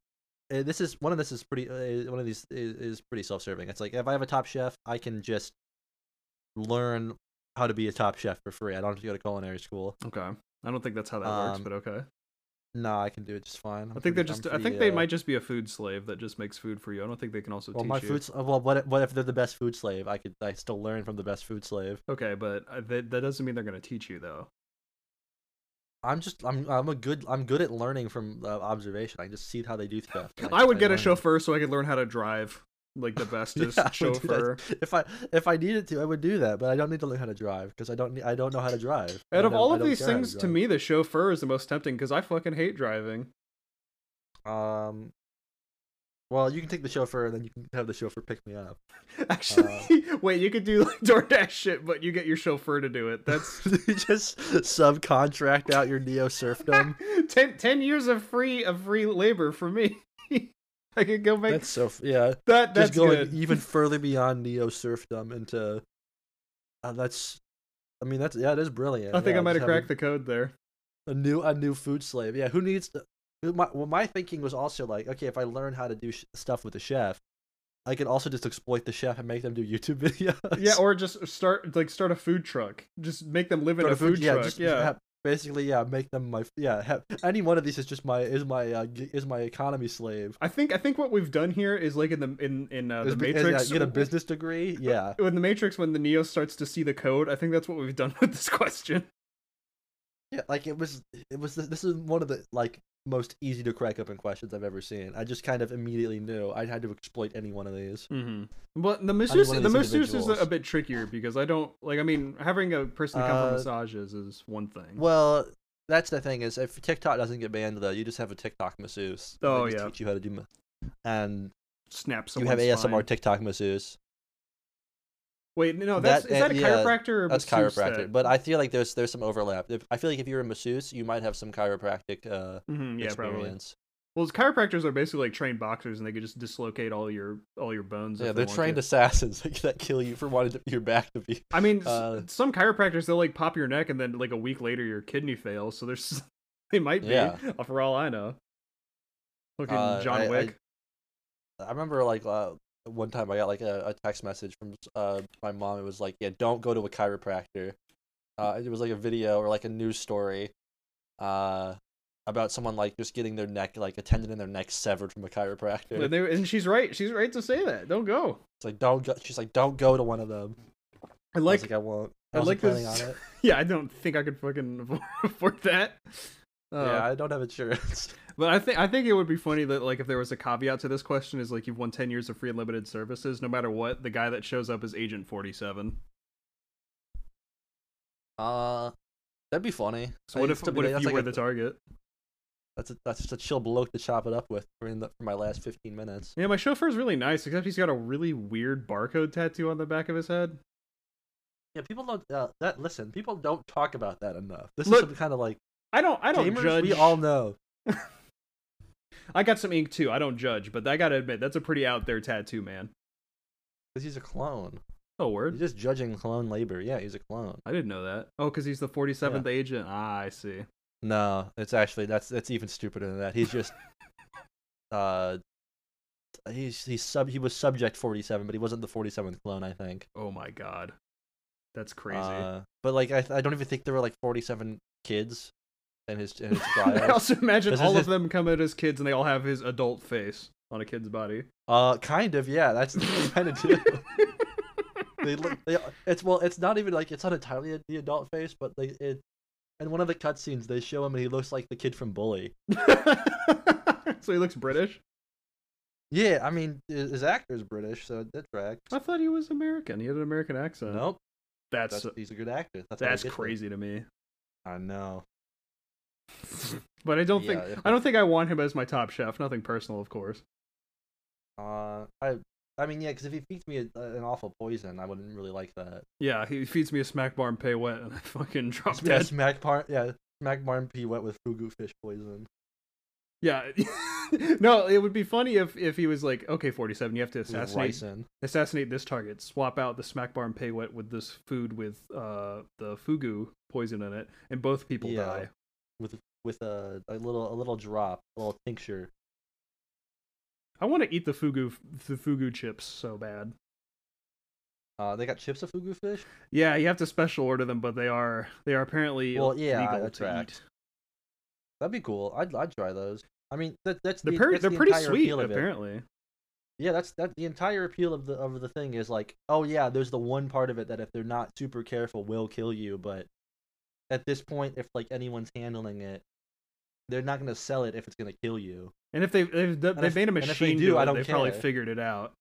Speaker 2: This is one of this is pretty. Uh, one of these is, is pretty self-serving. It's like if I have a top chef, I can just learn how to be a top chef for free. I don't have to go to culinary school.
Speaker 1: okay. I don't think that's how that works,
Speaker 2: Um,
Speaker 1: but okay.
Speaker 2: No, I can do it just fine. I'm
Speaker 1: I think they're
Speaker 2: pretty- I'm
Speaker 1: just I
Speaker 2: pretty,
Speaker 1: think they
Speaker 2: uh,
Speaker 1: might just be a food slave that just makes food for you. I don't think they can also
Speaker 2: Well,
Speaker 1: teach
Speaker 2: my
Speaker 1: you.
Speaker 2: food. s- uh, Well, what if, what if they're the best food slave? I could. I still learn from the best food slave.
Speaker 1: Okay, but uh, that, that doesn't mean they're gonna teach you though.
Speaker 2: I'm just. I'm. I'm a good. I'm good at learning from uh, observation. I can just see how they do stuff. and
Speaker 1: I would
Speaker 2: I
Speaker 1: get a
Speaker 2: learn.
Speaker 1: chauffeur so I could learn how to drive like the bestest
Speaker 2: Yeah, I would do that.
Speaker 1: chauffeur.
Speaker 2: if I if I needed to, I would do that, but I don't need to learn how to drive because I don't need, I don't know how to drive. I
Speaker 1: Out of
Speaker 2: don't-
Speaker 1: all
Speaker 2: I
Speaker 1: of
Speaker 2: don't
Speaker 1: these
Speaker 2: care how
Speaker 1: things, to
Speaker 2: drive.
Speaker 1: me, the chauffeur is the most tempting because I fucking hate driving.
Speaker 2: um, Well, you can take the chauffeur, and then you can have the chauffeur pick me up.
Speaker 1: Actually,
Speaker 2: Uh,
Speaker 1: wait, you could do like DoorDash shit, but you get your chauffeur to do it. That's
Speaker 2: you just subcontract out your neo serfdom.
Speaker 1: 10, 10 years of free of free labor for me. I could go make
Speaker 2: That's so f- yeah.
Speaker 1: that. That's
Speaker 2: just going
Speaker 1: good.
Speaker 2: even further beyond neo serfdom into uh, that's. I mean that's yeah, it is brilliant.
Speaker 1: I think
Speaker 2: yeah,
Speaker 1: I might
Speaker 2: just
Speaker 1: have
Speaker 2: having
Speaker 1: cracked the code there.
Speaker 2: a new a new food slave. Yeah, who needs? To, my well, my thinking was also like, okay, if I learn how to do sh- stuff with the chef, I could also just exploit the chef and make them do YouTube videos.
Speaker 1: Yeah, or just start like start a food truck. Just make them live in
Speaker 2: Sort
Speaker 1: a
Speaker 2: of
Speaker 1: food truck.
Speaker 2: just
Speaker 1: yeah.
Speaker 2: ha- basically, yeah, make them my yeah. Have, any one of these is just my is my uh, g- is my economy slave.
Speaker 1: I think I think what we've done here is like in the in in uh, the
Speaker 2: Is be- is, yeah,
Speaker 1: Matrix.
Speaker 2: you get a business degree, yeah.
Speaker 1: When the Matrix, when the Neo starts to see the code, I think that's what we've done with this question.
Speaker 2: Yeah, like it was, it was. th- This is one of the like most easy to crack open questions I've ever seen. I just kind of immediately knew I had to exploit any one of these.
Speaker 1: Mm-hmm. But the
Speaker 2: one of
Speaker 1: masseuse, the
Speaker 2: these
Speaker 1: masseuse is a,
Speaker 2: individuals.
Speaker 1: a bit trickier because I don't like. I mean, having a person come
Speaker 2: Uh,
Speaker 1: from massages is one thing.
Speaker 2: Well, that's the thing is, if TikTok doesn't get banned though, you just have a TikTok masseuse. and they
Speaker 1: Oh,
Speaker 2: just
Speaker 1: yeah.
Speaker 2: teach you how to do, ma- and
Speaker 1: Snap
Speaker 2: you
Speaker 1: someone's
Speaker 2: have ASMR
Speaker 1: spine.
Speaker 2: TikTok masseuse.
Speaker 1: Wait, no, that's
Speaker 2: that-
Speaker 1: is that a
Speaker 2: yeah,
Speaker 1: chiropractor or a
Speaker 2: That's
Speaker 1: masseuse
Speaker 2: chiropractic,
Speaker 1: that-
Speaker 2: but I feel like there's there's some overlap. If, I feel like if you're a masseuse, you might have some chiropractic uh,
Speaker 1: Mhm, yeah, probably.
Speaker 2: experience.
Speaker 1: Well, chiropractors are basically like trained boxers, and they could just dislocate all your all your bones.
Speaker 2: Yeah,
Speaker 1: if they
Speaker 2: they're
Speaker 1: want
Speaker 2: trained
Speaker 1: to.
Speaker 2: assassins like, that kill you for wanting to, your back to be.
Speaker 1: I mean, s-
Speaker 2: uh,
Speaker 1: some chiropractors they'll like pop your neck, and then like a week later your kidney fails. So there's they might be uh,
Speaker 2: Yeah.
Speaker 1: for all I know. Fucking
Speaker 2: Uh,
Speaker 1: John
Speaker 2: I- I-
Speaker 1: Wick.
Speaker 2: I remember like uh, one time I got like a, a text message from uh, my mom. It was like, yeah, don't go to a chiropractor. Uh, it was like a video or like a news story uh, about someone like just getting their neck, like a tendon in their neck severed from a chiropractor.
Speaker 1: and, they, and she's right. She's right to say that. Don't go.
Speaker 2: It's like don't go. She's like, don't go to one of them.
Speaker 1: I
Speaker 2: I was
Speaker 1: like
Speaker 2: like, I won't.
Speaker 1: I
Speaker 2: I, was
Speaker 1: like
Speaker 2: planning
Speaker 1: this-
Speaker 2: on it.
Speaker 1: yeah, I don't think I could fucking afford that. Uh,
Speaker 2: yeah, I don't have insurance.
Speaker 1: but I think I think it would be funny that like if there was a caveat to this question is like you've won ten years of free and limited services. No matter what, the guy that shows up is Agent Forty Seven.
Speaker 2: Uh, that'd be funny.
Speaker 1: So what
Speaker 2: I
Speaker 1: if
Speaker 2: used to be
Speaker 1: what
Speaker 2: like-
Speaker 1: if
Speaker 2: that's
Speaker 1: you
Speaker 2: like
Speaker 1: were
Speaker 2: a-
Speaker 1: the target?
Speaker 2: That's a, that's just a chill bloke to chop it up with for, in the, for my last fifteen minutes.
Speaker 1: Yeah, my chauffeur's really nice, except he's got a really weird barcode tattoo on the back of his head.
Speaker 2: Yeah, people don't uh, that listen. People don't talk about that enough. This
Speaker 1: Look,
Speaker 2: is some kind of like
Speaker 1: I don't I don't
Speaker 2: gamers,
Speaker 1: judge.
Speaker 2: We all know.
Speaker 1: I got some ink too. I don't judge, but I gotta admit that's a pretty out there tattoo, man.
Speaker 2: 'Cause he's a clone.
Speaker 1: Oh,
Speaker 2: You're
Speaker 1: word.
Speaker 2: just judging clone labor. Yeah, he's a clone.
Speaker 1: I didn't know that. Oh, because he's the forty seventh agent. Ah, I see.
Speaker 2: No, it's actually that's that's even stupider than that. He's just uh he's he's sub he was subject 47, but he wasn't the 47th clone, I think.
Speaker 1: Oh my god, that's crazy.
Speaker 2: Uh, but like I I don't even think there were like 47 kids in his in his
Speaker 1: I
Speaker 2: trial.
Speaker 1: also imagine
Speaker 2: This is
Speaker 1: all of
Speaker 2: his-
Speaker 1: them come out as kids and they all have his adult face on a kid's body.
Speaker 2: uh kind of, yeah, that's kind of do. they look they, it's well it's not even like it's not entirely the adult face, but like it in one of the cutscenes they show him and he looks like the kid from Bully.
Speaker 1: so he looks British.
Speaker 2: Yeah, I mean his his actor's British, so that tracks.
Speaker 1: I thought he was American. He had an American accent.
Speaker 2: Nope.
Speaker 1: that's
Speaker 2: That's,
Speaker 1: that's,
Speaker 2: he's a good actor. That's, how they get them.
Speaker 1: crazy to me.
Speaker 2: I know.
Speaker 1: But I don't think
Speaker 2: Yeah, if-
Speaker 1: I don't think I want him as my top chef. Nothing personal, of course.
Speaker 2: Uh, I, I mean, yeah, because if he feeds me a, an awful poison, I wouldn't really like that.
Speaker 1: Yeah, he feeds me a smack bar and pay wet, and I fucking drop
Speaker 2: Yeah,
Speaker 1: dead.
Speaker 2: smack par- yeah, smack barn pee wet with fugu fish poison.
Speaker 1: Yeah. no, it would be funny if if he was like, okay, forty seven, you have to
Speaker 2: with
Speaker 1: assassinate
Speaker 2: ricin.
Speaker 1: assassinate this target, swap out the smack bar and pay wet with this food with uh, the fugu poison in it, and both people
Speaker 2: Yeah.
Speaker 1: die.
Speaker 2: with a, a little a little drop, a little tincture.
Speaker 1: I want to eat the fugu the fugu chips so bad.
Speaker 2: Uh, they got chips of fugu fish.
Speaker 1: Yeah, you have to special order them, but they are they are apparently
Speaker 2: Well, yeah,
Speaker 1: legal
Speaker 2: that
Speaker 1: to
Speaker 2: tracks.
Speaker 1: eat.
Speaker 2: That'd be cool. I'd I'd try those. I mean, that that's
Speaker 1: They're,
Speaker 2: the,
Speaker 1: per-
Speaker 2: that's
Speaker 1: they're
Speaker 2: the
Speaker 1: pretty
Speaker 2: entire
Speaker 1: sweet,
Speaker 2: appeal of it.
Speaker 1: apparently.
Speaker 2: Yeah, that's that. The entire appeal of the of the thing is like, oh yeah, there's the one part of it that if they're not super careful will kill you. But at this point, if like anyone's handling it, they're not gonna sell it if it's gonna kill you.
Speaker 1: And if they they've, done-
Speaker 2: And
Speaker 1: they've
Speaker 2: if-
Speaker 1: made a
Speaker 2: and if they
Speaker 1: machine
Speaker 2: do,
Speaker 1: do,
Speaker 2: I
Speaker 1: it,
Speaker 2: don't
Speaker 1: they've probably
Speaker 2: care.
Speaker 1: figured it out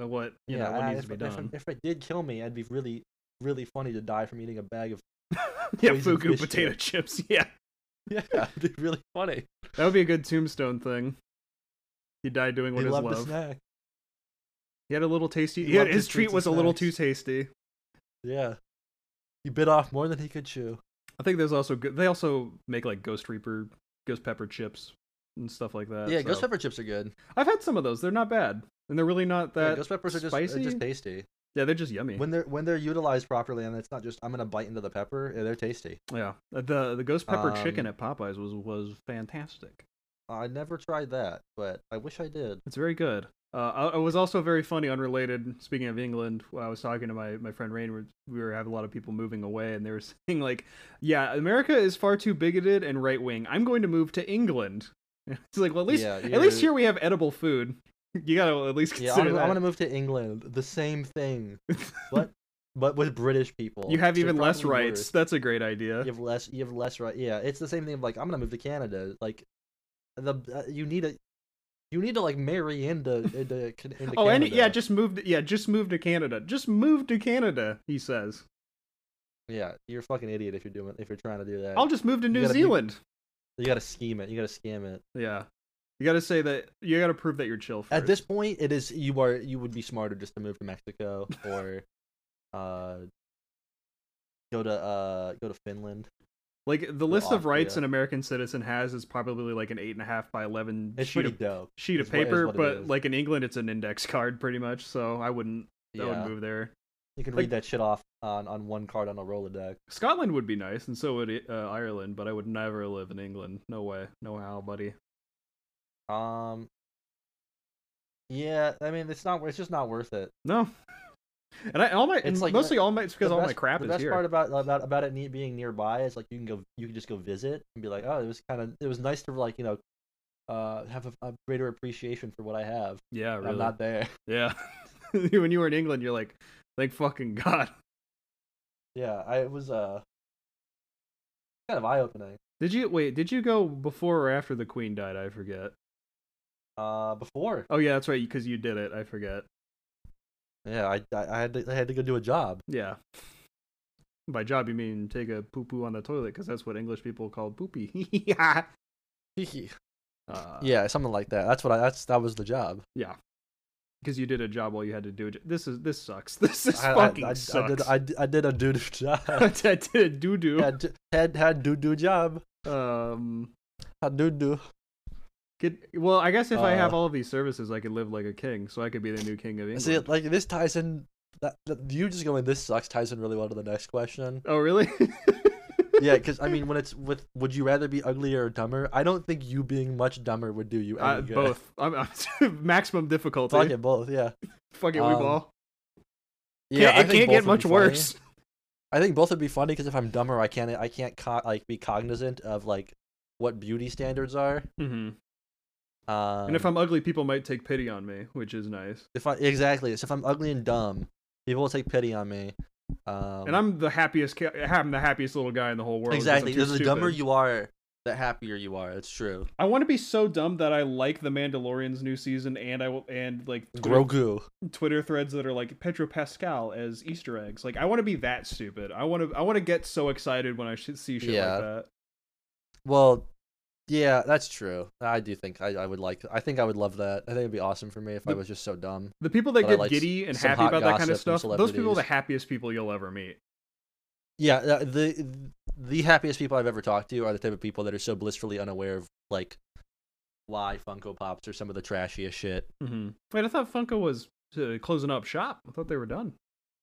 Speaker 1: uh, what you know what
Speaker 2: I-
Speaker 1: needs
Speaker 2: if,
Speaker 1: to be
Speaker 2: if-
Speaker 1: done.
Speaker 2: If, it did kill me, I'd be really, really funny to die from eating a bag of.
Speaker 1: yeah,
Speaker 2: poison
Speaker 1: fugu
Speaker 2: fish
Speaker 1: potato
Speaker 2: chip.
Speaker 1: chips. Yeah,
Speaker 2: Yeah, it'd be really funny.
Speaker 1: that would be a good tombstone thing. He died doing what
Speaker 2: They
Speaker 1: his
Speaker 2: love the
Speaker 1: love.
Speaker 2: snack.
Speaker 1: He had a little tasty.
Speaker 2: He
Speaker 1: Yeah,
Speaker 2: loved
Speaker 1: his
Speaker 2: his
Speaker 1: treat
Speaker 2: treats
Speaker 1: was a
Speaker 2: and
Speaker 1: little too
Speaker 2: snacks.
Speaker 1: tasty.
Speaker 2: Yeah. He bit off more than he could chew.
Speaker 1: I think there's also good. They also make like Ghost Reaper, Ghost Pepper chips and stuff like that.
Speaker 2: yeah,
Speaker 1: so-
Speaker 2: ghost pepper chips are good.
Speaker 1: I've had some of those. They're not bad, and they're really not that.
Speaker 2: yeah, ghost peppers are just, they're
Speaker 1: spicy.
Speaker 2: just tasty.
Speaker 1: yeah, they're just yummy.
Speaker 2: When they're when they're utilized properly and it's not just I'm gonna bite into the pepper, yeah, they're tasty.
Speaker 1: yeah, the the Ghost Pepper chicken
Speaker 2: Um,
Speaker 1: at Popeyes was was fantastic.
Speaker 2: I never tried that, but I wish I did.
Speaker 1: It's very good. Uh, I, I was also very funny, unrelated. Speaking of England, when I was talking to my, my friend Rain. we- We were having a lot of people moving away, and they were saying like, "Yeah, America is far too bigoted and right wing. I'm going to move to England." It's like, well, at least
Speaker 2: Yeah,
Speaker 1: at least
Speaker 2: you're-
Speaker 1: here we have edible food. You gotta at least
Speaker 2: Yeah,
Speaker 1: consider
Speaker 2: I'm,
Speaker 1: that.
Speaker 2: I'm gonna move to England. The same thing, but but with British people.
Speaker 1: you have
Speaker 2: They're
Speaker 1: even less
Speaker 2: probably
Speaker 1: rights.
Speaker 2: worse.
Speaker 1: That's a great idea.
Speaker 2: You have less. You have less right. Yeah, it's the same thing. Of like I'm gonna move to Canada. Like the uh, you need a you need to like marry into into, Can- into
Speaker 1: oh, and
Speaker 2: Canada.
Speaker 1: yeah, just moved. Yeah, just moved to Canada. Just moved to Canada. He says,
Speaker 2: yeah. You're a fucking idiot if you're doing if you're trying to do that.
Speaker 1: "I'll just move to New
Speaker 2: gotta be-
Speaker 1: Zealand."
Speaker 2: You gotta scheme it. You gotta scam it.
Speaker 1: Yeah, you gotta say that. You gotta prove that you're chill. First.
Speaker 2: At this point, it is you are you would be smarter just to move to Mexico or uh go to uh go to Finland.
Speaker 1: Like the list of rights
Speaker 2: Austria.
Speaker 1: an American citizen has is probably like an eight and a half by eleven
Speaker 2: It's
Speaker 1: sheet
Speaker 2: pretty
Speaker 1: of,
Speaker 2: dope.
Speaker 1: sheet of
Speaker 2: is what- is
Speaker 1: paper,
Speaker 2: what it
Speaker 1: but
Speaker 2: is.
Speaker 1: like in England, it's an index card pretty much. So I wouldn't, I
Speaker 2: yeah.
Speaker 1: wouldn't move there.
Speaker 2: You can
Speaker 1: Like-
Speaker 2: read that shit off on, on one card on a Rolodex.
Speaker 1: Scotland would be nice, and so would uh, Ireland, but I would never live in England. No way, no how, buddy.
Speaker 2: Um, yeah, I mean it's not it's just not worth it.
Speaker 1: No. And I all my, and
Speaker 2: It's like
Speaker 1: mostly
Speaker 2: the-
Speaker 1: all my, it's because
Speaker 2: The
Speaker 1: all my
Speaker 2: best-
Speaker 1: crap
Speaker 2: the
Speaker 1: is
Speaker 2: best
Speaker 1: here.
Speaker 2: part about about about it ne- being nearby is like you can go you can just go visit and be like oh it was kind of it was nice to like you know uh have a, a greater appreciation for what I have.
Speaker 1: yeah, Oh,
Speaker 2: and
Speaker 1: really.
Speaker 2: I'm not there.
Speaker 1: Yeah. when you were in England, you're like, thank fucking god.
Speaker 2: Yeah, I it was uh kind of eye opening.
Speaker 1: Did you wait? Did you go before or after the Queen died? I forget.
Speaker 2: Uh, before.
Speaker 1: Oh yeah, that's right, because you did it. I forget.
Speaker 2: Yeah, I, I I had to I had to go do a job.
Speaker 1: Yeah. By job, you mean take a poo poo on the toilet, because that's what English people call poopy. uh,
Speaker 2: yeah, something like that. That's what I that's that was the job.
Speaker 1: Because you did a job while you had to do it. This is this sucks. This is
Speaker 2: I, I-
Speaker 1: fucking
Speaker 2: I, I,
Speaker 1: sucks.
Speaker 2: did I, did- I did a doo job.
Speaker 1: I did a doo doo.
Speaker 2: had had had doo doo job.
Speaker 1: Um.
Speaker 2: Had doo doo.
Speaker 1: Could, well, I guess if I have
Speaker 2: Uh,
Speaker 1: all of these services, I could live like a king, so I could be the new king of England.
Speaker 2: See, like this ties in. That, that- you just going this sucks ties in really well to the next question.
Speaker 1: oh, really?
Speaker 2: Yeah, because I mean, when it's with would you rather be uglier or dumber? I don't think you being much dumber would do you any
Speaker 1: Uh,
Speaker 2: good.
Speaker 1: both. I'm, I'm maximum difficulty.
Speaker 2: Fuck it, both. Yeah.
Speaker 1: Fuck it, we
Speaker 2: Um,
Speaker 1: ball.
Speaker 2: Yeah, I
Speaker 1: it can't
Speaker 2: think
Speaker 1: get
Speaker 2: both would be
Speaker 1: much
Speaker 2: funny.
Speaker 1: worse.
Speaker 2: I think both would be funny because if I'm dumber, I can't I can't co- like be cognizant of like what beauty standards are.
Speaker 1: Mm-hmm.
Speaker 2: Um,
Speaker 1: and if I'm ugly, people might take pity on me, which is nice.
Speaker 2: if I exactly so if I'm ugly and dumb, people will take pity on me. Um,
Speaker 1: and I'm the happiest. ca- I'm the happiest little guy in the whole world. 'cause I'm
Speaker 2: exactly
Speaker 1: too
Speaker 2: the dumber
Speaker 1: stupid.
Speaker 2: you are, the happier you are. It's true.
Speaker 1: I want to be so dumb that I like the Mandalorian's new season, and I will, and like Twitter,
Speaker 2: Grogu.
Speaker 1: Twitter threads that are like Pedro Pascal as Easter eggs. Like I want to be that stupid. I want to. I want to get so excited when I sh- see shit
Speaker 2: Yeah.
Speaker 1: like that.
Speaker 2: Well, yeah, that's true. I do think I, I would like. I think I would love that. I think it'd be awesome for me if I
Speaker 1: The-
Speaker 2: was just so dumb.
Speaker 1: The people that
Speaker 2: But I
Speaker 1: get
Speaker 2: like s-
Speaker 1: giddy and
Speaker 2: some
Speaker 1: happy
Speaker 2: hot
Speaker 1: about that kind of
Speaker 2: gossip and
Speaker 1: stuff, those people are the
Speaker 2: celebrities.
Speaker 1: happiest people you'll ever meet.
Speaker 2: Yeah, uh, the the happiest people I've ever talked to are the type of people that are so blissfully unaware of like why Funko Pops are some of the trashiest shit.
Speaker 1: Mm-hmm. Wait, I thought Funko was uh, closing up shop. I thought they were done.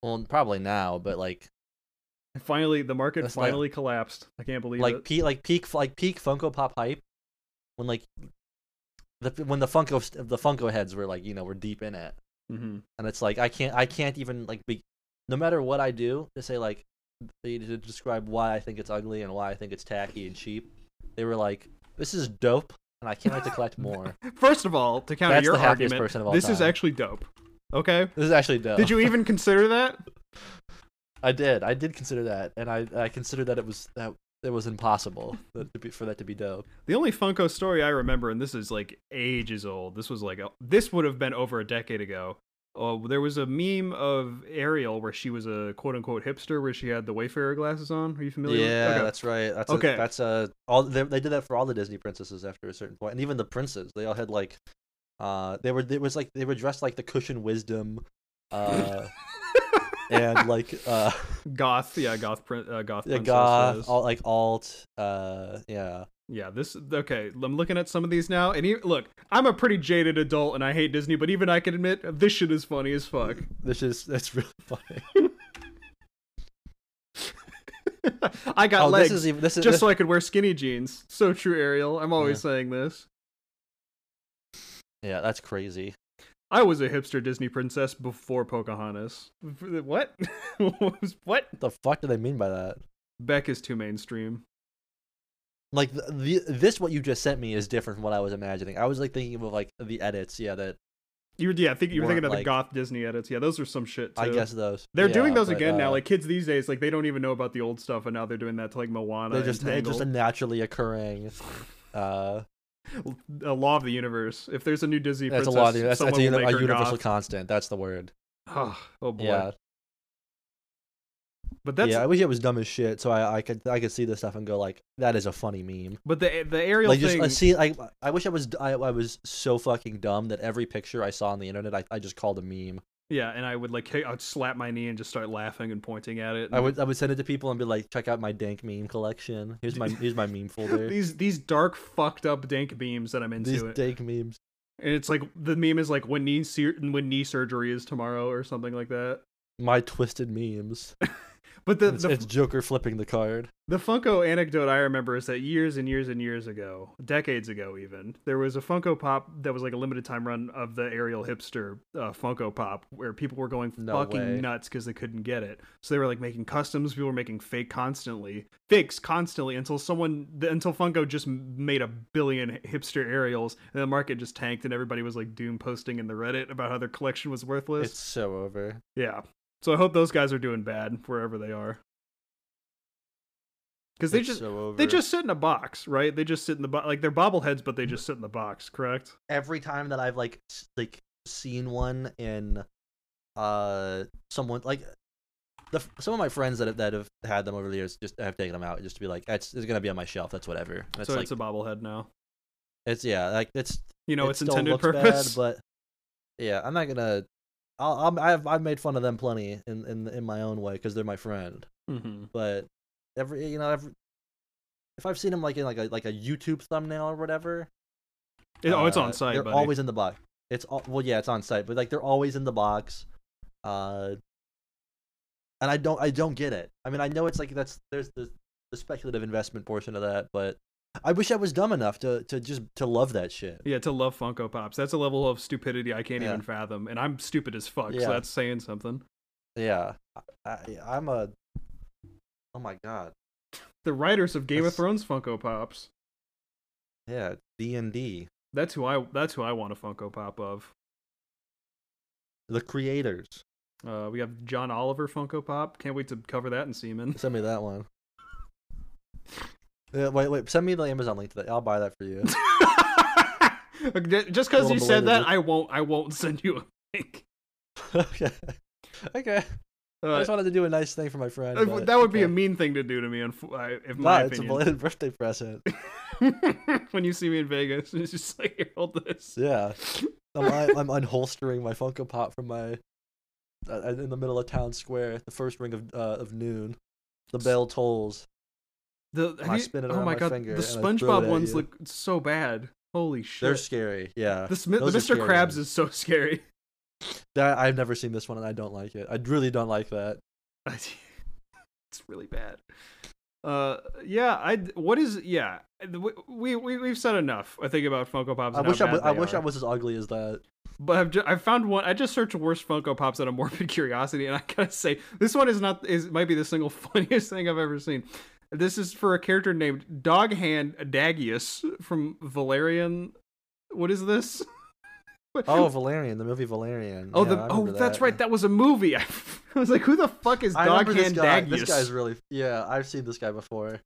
Speaker 2: Well, probably now, but like
Speaker 1: Finally, the market
Speaker 2: That's like-
Speaker 1: finally collapsed. I can't believe
Speaker 2: like
Speaker 1: it.
Speaker 2: peak like peak like peak Funko Pop hype when like the when the Funko st- the Funko heads were like you know were deep in it,
Speaker 1: Mm-hmm.
Speaker 2: and it's like I can't I can't even like be no matter what I do to say like they to describe why I think it's ugly and why I think it's tacky and cheap. They were like, this is dope, and I can't wait to collect more.
Speaker 1: First of all, to counter
Speaker 2: That's
Speaker 1: your
Speaker 2: the happiest
Speaker 1: argument,
Speaker 2: person of all
Speaker 1: this is
Speaker 2: time. Oh.
Speaker 1: actually dope. Okay.
Speaker 2: this is actually dope.
Speaker 1: Did you even consider that?
Speaker 2: I did. I did consider that, and I I considered that it was that it was impossible that to be, for that to be dope.
Speaker 1: The only Funko story I remember, and this is like ages old. This was like this would have been over a decade ago. Oh, there was a meme of Ariel where she was a quote unquote hipster, where she had the Wayfarer glasses on. Are you familiar?
Speaker 2: Yeah,
Speaker 1: with? Okay.
Speaker 2: that's right. That's
Speaker 1: Okay.
Speaker 2: A, that's a all they, they did that for all the Disney princesses after a certain point, and even the princes. They all had like Uh, they were it was like they were dressed like the cushion wisdom, uh, and like uh,
Speaker 1: goth, yeah, goth print, uh, goth,
Speaker 2: yeah,
Speaker 1: princess
Speaker 2: goth,
Speaker 1: was-
Speaker 2: all, like alt. Uh, yeah,
Speaker 1: Yeah, this okay. I'm looking at some of these now, and e look, I'm a pretty jaded adult, and I hate Disney, but even I can admit this shit is funny as fuck.
Speaker 2: this is that's really funny.
Speaker 1: I got
Speaker 2: oh,
Speaker 1: legs,
Speaker 2: this is even this is
Speaker 1: just
Speaker 2: this-
Speaker 1: so I could wear skinny jeans. So true, Ariel. I'm always
Speaker 2: Yeah.
Speaker 1: saying this.
Speaker 2: yeah, that's crazy.
Speaker 1: I was a hipster Disney princess before Pocahontas. What? what?
Speaker 2: What the fuck do they mean by that?
Speaker 1: Beck is too mainstream.
Speaker 2: Like the, the this what you just sent me is different from what I was imagining. I was like thinking of like the edits. Yeah, that
Speaker 1: You were, yeah, I think you were
Speaker 2: Weren't
Speaker 1: thinking of the
Speaker 2: like-
Speaker 1: goth Disney edits. Yeah, those are some shit too.
Speaker 2: I guess those
Speaker 1: they're doing
Speaker 2: yeah,
Speaker 1: those
Speaker 2: but,
Speaker 1: again now.
Speaker 2: uh,
Speaker 1: Like kids these days, like they don't even know about the old stuff, and now they're doing that to like Moana.
Speaker 2: they're
Speaker 1: and
Speaker 2: just they're just a
Speaker 1: Tangled.
Speaker 2: naturally occurring. Uh,
Speaker 1: a law of the universe. If there's a new Disney
Speaker 2: that's a
Speaker 1: princess,
Speaker 2: lot. Of, that's that's a,
Speaker 1: someone
Speaker 2: uni-
Speaker 1: will
Speaker 2: a
Speaker 1: make her
Speaker 2: universal
Speaker 1: goth.
Speaker 2: constant. That's the word.
Speaker 1: Oh, oh boy.
Speaker 2: Yeah,
Speaker 1: But that's
Speaker 2: yeah. I wish it was dumb as shit, so I, I could I could see this stuff and go like, that is a funny meme.
Speaker 1: but the the aerial
Speaker 2: Like just
Speaker 1: thing.
Speaker 2: I see, I I wish I was d- I, I was so fucking dumb that every picture I saw on the internet I, I just called a meme.
Speaker 1: yeah, and I would like hit- I'd slap my knee and just start laughing and pointing at it.
Speaker 2: I would I would send it to people and be like, check out my dank meme collection. Here's my here's my meme folder.
Speaker 1: these these dark fucked up dank beams that I'm into
Speaker 2: These
Speaker 1: it.
Speaker 2: dank memes.
Speaker 1: and it's like the meme is like when knee sur- when knee surgery is tomorrow or something like that.
Speaker 2: My twisted memes.
Speaker 1: But the
Speaker 2: it's,
Speaker 1: the,
Speaker 2: it's Joker flipping the card.
Speaker 1: The Funko anecdote I remember is that years and years and years ago, decades ago even, there was a Funko Pop that was like a limited time run of the Ariel Hipster uh, Funko Pop where people were going
Speaker 2: No
Speaker 1: fucking
Speaker 2: way.
Speaker 1: nuts because they couldn't get it. So they were like making customs, people were making fake constantly, fakes constantly until someone, th- until Funko just m- made a billion hipster Ariels and the market just tanked and everybody was like doom posting in the Reddit about how their collection was worthless.
Speaker 2: It's so over.
Speaker 1: Yeah. So I hope those guys are doing bad wherever they are. Because they
Speaker 2: It's
Speaker 1: just
Speaker 2: so over.
Speaker 1: they just sit in a box, right? They just sit in the box. Like they're bobbleheads, but they just sit in the box, correct?
Speaker 2: every time that I've like s- like seen one in uh someone like the f- some of my friends that have, that have had them over the years just have taken them out just to be like that's it's gonna be on my shelf that's whatever And it's
Speaker 1: so
Speaker 2: like
Speaker 1: it's a bobblehead now.
Speaker 2: it's yeah like it's
Speaker 1: You know
Speaker 2: it
Speaker 1: its
Speaker 2: still
Speaker 1: intended
Speaker 2: looks
Speaker 1: purpose.
Speaker 2: bad, but yeah I'm not gonna I'll, I'm, I've I've made fun of them plenty in in in my own way because they're my friend
Speaker 1: Mhm.
Speaker 2: but every you know every if I've seen them like in like a like a YouTube thumbnail or whatever
Speaker 1: It- oh, it's
Speaker 2: uh,
Speaker 1: on site,
Speaker 2: They're
Speaker 1: buddy.
Speaker 2: always in the box. It's all, well, yeah, it's on site, but like they're always in the box. Uh, and I don't, I don't get it. I mean, I know it's like that's there's the, the speculative investment portion of that, but I wish I was dumb enough to to just to love that shit.
Speaker 1: Yeah, to love Funko Pops. That's a level of stupidity I can't
Speaker 2: Yeah.
Speaker 1: even fathom, and I'm stupid as fuck.
Speaker 2: Yeah.
Speaker 1: So that's saying something.
Speaker 2: Yeah, I, I, I'm a. Oh my god.
Speaker 1: The writers of Game of
Speaker 2: That's-
Speaker 1: Thrones Funko Pops.
Speaker 2: Yeah, D and D,
Speaker 1: That's who I. That's who I want a Funko Pop of.
Speaker 2: the creators.
Speaker 1: Uh, we have John Oliver Funko Pop. Can't wait to cover that in Seaman.
Speaker 2: Send me that one. Yeah, wait, wait. Send me the Amazon link to that. I'll buy that for you.
Speaker 1: Look, ju- Just because
Speaker 2: Little
Speaker 1: you said that,
Speaker 2: belated.
Speaker 1: I won't. I won't send you a link.
Speaker 2: okay. Okay. I
Speaker 1: Uh,
Speaker 2: just wanted to do a nice thing for my friend.
Speaker 1: uh,
Speaker 2: but-
Speaker 1: that would be a
Speaker 2: okay.
Speaker 1: mean thing to do to me, in, f- I- in
Speaker 2: Nah,
Speaker 1: my
Speaker 2: it's a
Speaker 1: opinion.
Speaker 2: belated birthday present.
Speaker 1: when you see me in Vegas, it's just like "Here, hold this.
Speaker 2: Yeah, I'm, I- I'm unholstering my Funko Pop from my uh, in the middle of town square. The first ring of uh, of noon. The bell tolls.
Speaker 1: The, have
Speaker 2: I
Speaker 1: you-
Speaker 2: spin it
Speaker 1: oh
Speaker 2: around
Speaker 1: my
Speaker 2: my
Speaker 1: god,
Speaker 2: finger
Speaker 1: the
Speaker 2: and I throw it
Speaker 1: SpongeBob
Speaker 2: at
Speaker 1: ones
Speaker 2: you.
Speaker 1: look so bad. Holy shit!
Speaker 2: They're scary. Yeah,
Speaker 1: the, Smi- the
Speaker 2: those are
Speaker 1: Mr.
Speaker 2: scary
Speaker 1: Krabs
Speaker 2: ones.
Speaker 1: is so scary.
Speaker 2: that I've never seen this one and I don't like it. I really don't like that.
Speaker 1: it's really bad. Uh, yeah. I. What is? Yeah. We we we've said enough. I think about Funko Pops.
Speaker 2: I
Speaker 1: and how
Speaker 2: wish I
Speaker 1: bad
Speaker 2: was, I
Speaker 1: they
Speaker 2: wish
Speaker 1: are.
Speaker 2: I was as ugly as that.
Speaker 1: But I've, ju- I've found one. I just searched worst Funko Pops out of morbid curiosity, and I gotta say, this one is not is might be the single funniest thing I've ever seen. This is for a character named Doghand Dagius from Valerian. What is this?
Speaker 2: Oh, Valerian, the movie Valerian.
Speaker 1: oh,
Speaker 2: Yeah,
Speaker 1: the
Speaker 2: I
Speaker 1: oh,
Speaker 2: remember
Speaker 1: that's
Speaker 2: that.
Speaker 1: right. That was a movie. I was like, who the fuck is
Speaker 2: I remember this
Speaker 1: Doghand
Speaker 2: guy.
Speaker 1: Dagius?
Speaker 2: This guy's really yeah. I've seen this guy before.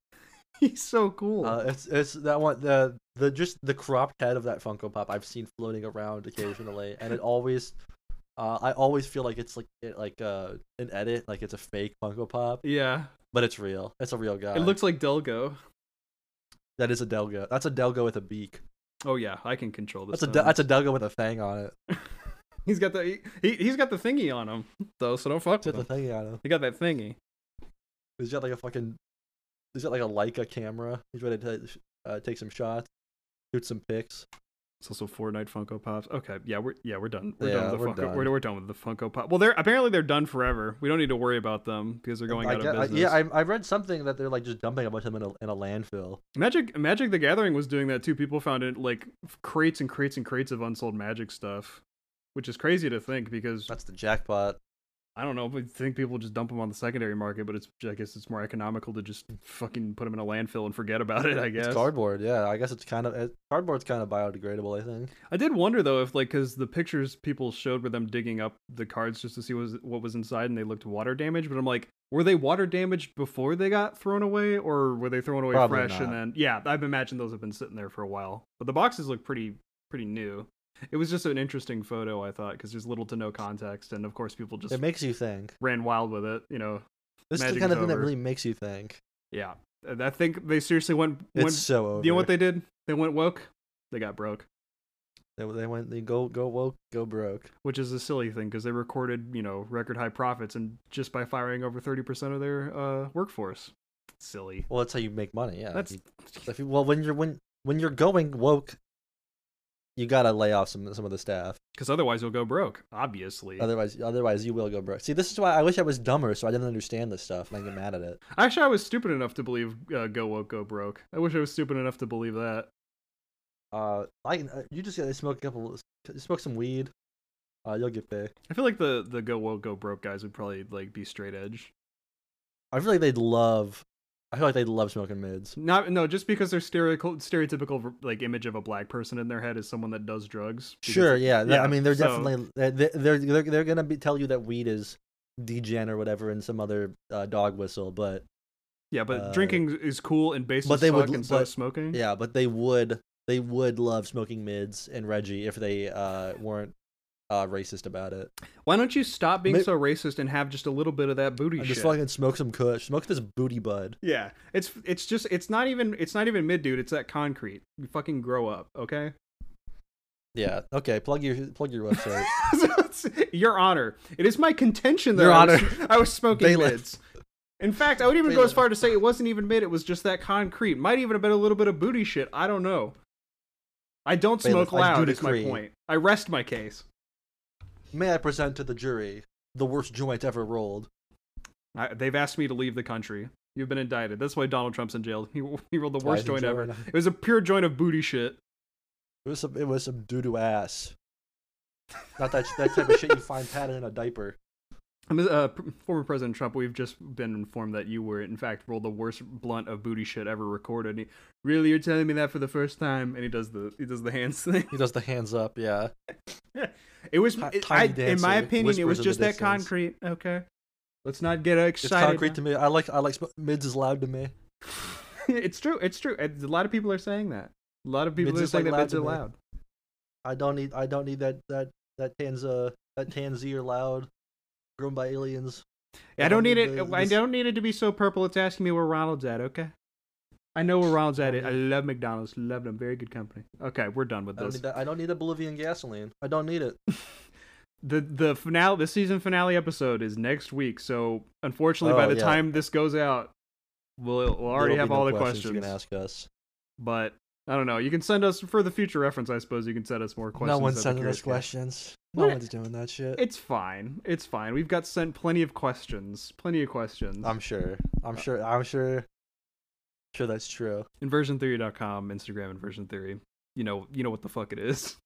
Speaker 1: He's so cool.
Speaker 2: Uh, it's it's that one the the just the cropped head of that Funko Pop I've seen floating around occasionally, and it always, uh, I always feel like it's like it, like uh an edit, like it's a fake Funko Pop,
Speaker 1: yeah,
Speaker 2: but it's real. It's a real guy.
Speaker 1: it looks like Delgo.
Speaker 2: that is a Delgo. That's a Delgo with a beak.
Speaker 1: Oh yeah, I can control this.
Speaker 2: That's a du-
Speaker 1: sound.
Speaker 2: that's a Duggar with a thing on it.
Speaker 1: He's got the he, he he's got the thingy on him though, so don't fuck
Speaker 2: It's got
Speaker 1: with
Speaker 2: the
Speaker 1: him.
Speaker 2: thing on it.
Speaker 1: He got that thingy.
Speaker 2: He's got like a fucking. He's got like a Leica camera. He's ready to t- uh, take some shots, shoot some pics.
Speaker 1: It's also Fortnite Funko Pops. Okay, yeah, we're yeah we're done. We're
Speaker 2: Yeah,
Speaker 1: done with the
Speaker 2: we're
Speaker 1: Funko.
Speaker 2: done.
Speaker 1: We're, we're done with the Funko Pop. Well, they're apparently they're done forever. We don't need to worry about them because they're going
Speaker 2: I
Speaker 1: out
Speaker 2: get-
Speaker 1: of
Speaker 2: I-
Speaker 1: business.
Speaker 2: yeah, I, I read something that they're like just dumping a bunch of them in a, in a landfill.
Speaker 1: Magic Magic the Gathering was doing that too. People found it like crates and crates and crates of unsold Magic stuff, which is crazy to think because
Speaker 2: That's the jackpot.
Speaker 1: I don't know. But I think people just dump them on the secondary market, but it's I guess it's more economical to just fucking put them in a landfill and forget about it. I guess.
Speaker 2: It's cardboard. Yeah, I guess it's kind of it, cardboard's kind of biodegradable. I think.
Speaker 1: I did wonder though if like because the pictures people showed were them digging up the cards just to see what was, what was inside, and they looked water damaged. But I'm like, were they water damaged before they got thrown away, or were they thrown away
Speaker 2: Probably
Speaker 1: fresh and
Speaker 2: not.
Speaker 1: then? Yeah, I've imagined those have been sitting there for a while. But the boxes look pretty pretty new. It was just an interesting photo, I thought, because there's little to no context, and of course people just
Speaker 2: It makes you think.
Speaker 1: ran wild with it. You know,
Speaker 2: This is the
Speaker 1: Magic's
Speaker 2: kind of thing that
Speaker 1: over.
Speaker 2: really makes you think.
Speaker 1: yeah. And I think they seriously went.
Speaker 2: It's
Speaker 1: went
Speaker 2: so over.
Speaker 1: you know what they did? They went woke. They got broke.
Speaker 2: They, they went. They go go woke go broke.
Speaker 1: which is a silly thing because they recorded you know record high profits and just by firing over 30% of their uh, workforce silly
Speaker 2: Well, that's how you make money. Yeah.
Speaker 1: that's
Speaker 2: If you- if you- well when you're when when you're going woke, you gotta lay off some some of the staff.
Speaker 1: because otherwise you'll go broke obviously
Speaker 2: Otherwise, otherwise you will go broke. See, this is why I wish I was dumber, so I didn't understand this stuff, and I get mad at it.
Speaker 1: actually i was stupid enough to believe uh, go woke go broke i wish i was stupid enough to believe that
Speaker 2: Uh, I uh, you just gotta smoke a couple, smoke some weed. Uh, you'll get there.
Speaker 1: i feel like the the go woke go broke guys would probably like be straight edge
Speaker 2: I feel like they'd love. I feel like they'd love smoking mids.
Speaker 1: not no just because their stereotypical stereotypical like image of a black person in their head is someone that does drugs because-
Speaker 2: Sure, yeah. th-
Speaker 1: yeah,
Speaker 2: I mean, they're
Speaker 1: so-
Speaker 2: definitely they're they're they're, they're gonna be, tell you that weed is degen or whatever and some other uh, dog whistle, but
Speaker 1: yeah but
Speaker 2: uh,
Speaker 1: drinking is cool and base
Speaker 2: but
Speaker 1: as
Speaker 2: they
Speaker 1: fuck
Speaker 2: would-
Speaker 1: and so is
Speaker 2: but-
Speaker 1: smoking
Speaker 2: yeah, but they would they would love smoking mids and Reggie if they uh, weren't uh, racist about it.
Speaker 1: Why don't you stop being
Speaker 2: May-
Speaker 1: so racist and have just a little bit of that booty
Speaker 2: And
Speaker 1: shit?
Speaker 2: Uh, just fucking smoke some kush, smoke this booty bud.
Speaker 1: yeah, it's it's just it's not even it's not even mid dude. It's that concrete. You fucking grow up, okay?
Speaker 2: Yeah, okay. Plug your plug your website.
Speaker 1: Your honor, it is my contention that
Speaker 2: Your
Speaker 1: I was, I was smoking
Speaker 2: Bailiff.
Speaker 1: mids. In fact, I would even go as
Speaker 2: Bailiff.
Speaker 1: far to say it wasn't even mid. It was just that concrete. Might even have been a little bit of booty shit. I don't know. I don't
Speaker 2: Bailiff,
Speaker 1: smoke
Speaker 2: I do
Speaker 1: loud. Is my
Speaker 2: decree.
Speaker 1: point. I rest my case.
Speaker 2: May I present to the jury the worst joint ever rolled?
Speaker 1: I, they've asked me to leave the country. You've been indicted. That's why Donald Trump's in jail. He, he rolled the
Speaker 2: Why
Speaker 1: worst
Speaker 2: is he
Speaker 1: joint ever.
Speaker 2: joining?
Speaker 1: It was a pure joint of booty shit.
Speaker 2: It was some it was some doo doo ass. Not that that type of shit you find padded in a diaper.
Speaker 1: Um, Uh, pr- former President Trump, we've just been informed that you were, in fact, rolled the worst blunt of booty shit ever recorded. And he, really, you're telling me that for the first time? And he does the he does the hands thing.
Speaker 2: He does the hands up, yeah.
Speaker 1: It was,
Speaker 2: Ti-
Speaker 1: it-
Speaker 2: tiny
Speaker 1: I- in
Speaker 2: dancer,
Speaker 1: my opinion, it
Speaker 2: whispers
Speaker 1: was
Speaker 2: in the
Speaker 1: just that
Speaker 2: distance.
Speaker 1: concrete. Okay, let's not get
Speaker 2: It's
Speaker 1: excited.
Speaker 2: concrete to me. I like I like sm- mids is loud to me.
Speaker 1: it's true. It's true. And A lot of people are saying that. A lot of people
Speaker 2: Mids
Speaker 1: are
Speaker 2: is
Speaker 1: saying
Speaker 2: like
Speaker 1: that
Speaker 2: loud
Speaker 1: mids
Speaker 2: to
Speaker 1: are
Speaker 2: me.
Speaker 1: loud.
Speaker 2: I don't need I don't need that that that tanza that tanzier loud, grown by aliens.
Speaker 1: I don't need it.
Speaker 2: The-
Speaker 1: I
Speaker 2: this-
Speaker 1: don't need it to be so purple. It's asking me where Ronald's at. Okay. I know where Ronald's at. I love McDonald's. Love them. Very good company. Okay, we're done with
Speaker 2: I don't
Speaker 1: this.
Speaker 2: need that. I don't need that Bolivian gasoline. I don't need it.
Speaker 1: the the finale the season finale episode is next week so unfortunately by
Speaker 2: Oh,
Speaker 1: the
Speaker 2: yeah.
Speaker 1: time this goes out we'll, we'll already
Speaker 2: There
Speaker 1: have
Speaker 2: will
Speaker 1: all
Speaker 2: be
Speaker 1: the
Speaker 2: no
Speaker 1: questions,
Speaker 2: you can ask us.
Speaker 1: but i don't know you can send us for the future reference i suppose you can send us more questions
Speaker 2: no
Speaker 1: I'd
Speaker 2: one's
Speaker 1: be
Speaker 2: sending
Speaker 1: curious
Speaker 2: us
Speaker 1: to-
Speaker 2: questions. No
Speaker 1: What-
Speaker 2: one's doing that shit.
Speaker 1: it's fine it's fine we've got sent plenty of questions plenty of questions
Speaker 2: I'm sure. I'm
Speaker 1: Uh,
Speaker 2: sure. I'm sure. Sure, that's true.
Speaker 1: inversiontheory.com instagram inversion theory you know you know what the fuck it is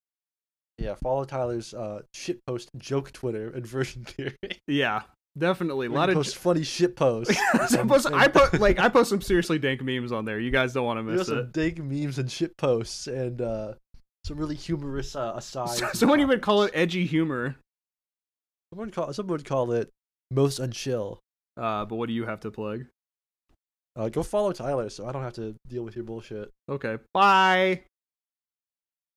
Speaker 2: Yeah, follow Tyler's uh, shitpost joke Twitter inversion theory.
Speaker 1: yeah definitely a lot of
Speaker 2: post funny shit posts.
Speaker 1: I post, I put like I post some seriously dank memes on there. You guys don't want to
Speaker 2: We got
Speaker 1: miss it.
Speaker 2: some dank memes and shit posts and uh, some really humorous uh, asides. and
Speaker 1: Someone even
Speaker 2: topics.
Speaker 1: call it edgy humor.
Speaker 2: Someone call. Someone would call it most unchill.
Speaker 1: Uh, but what do you have to plug?
Speaker 2: Uh, go follow Tyler, so I don't have to deal with your bullshit.
Speaker 1: Okay. Bye.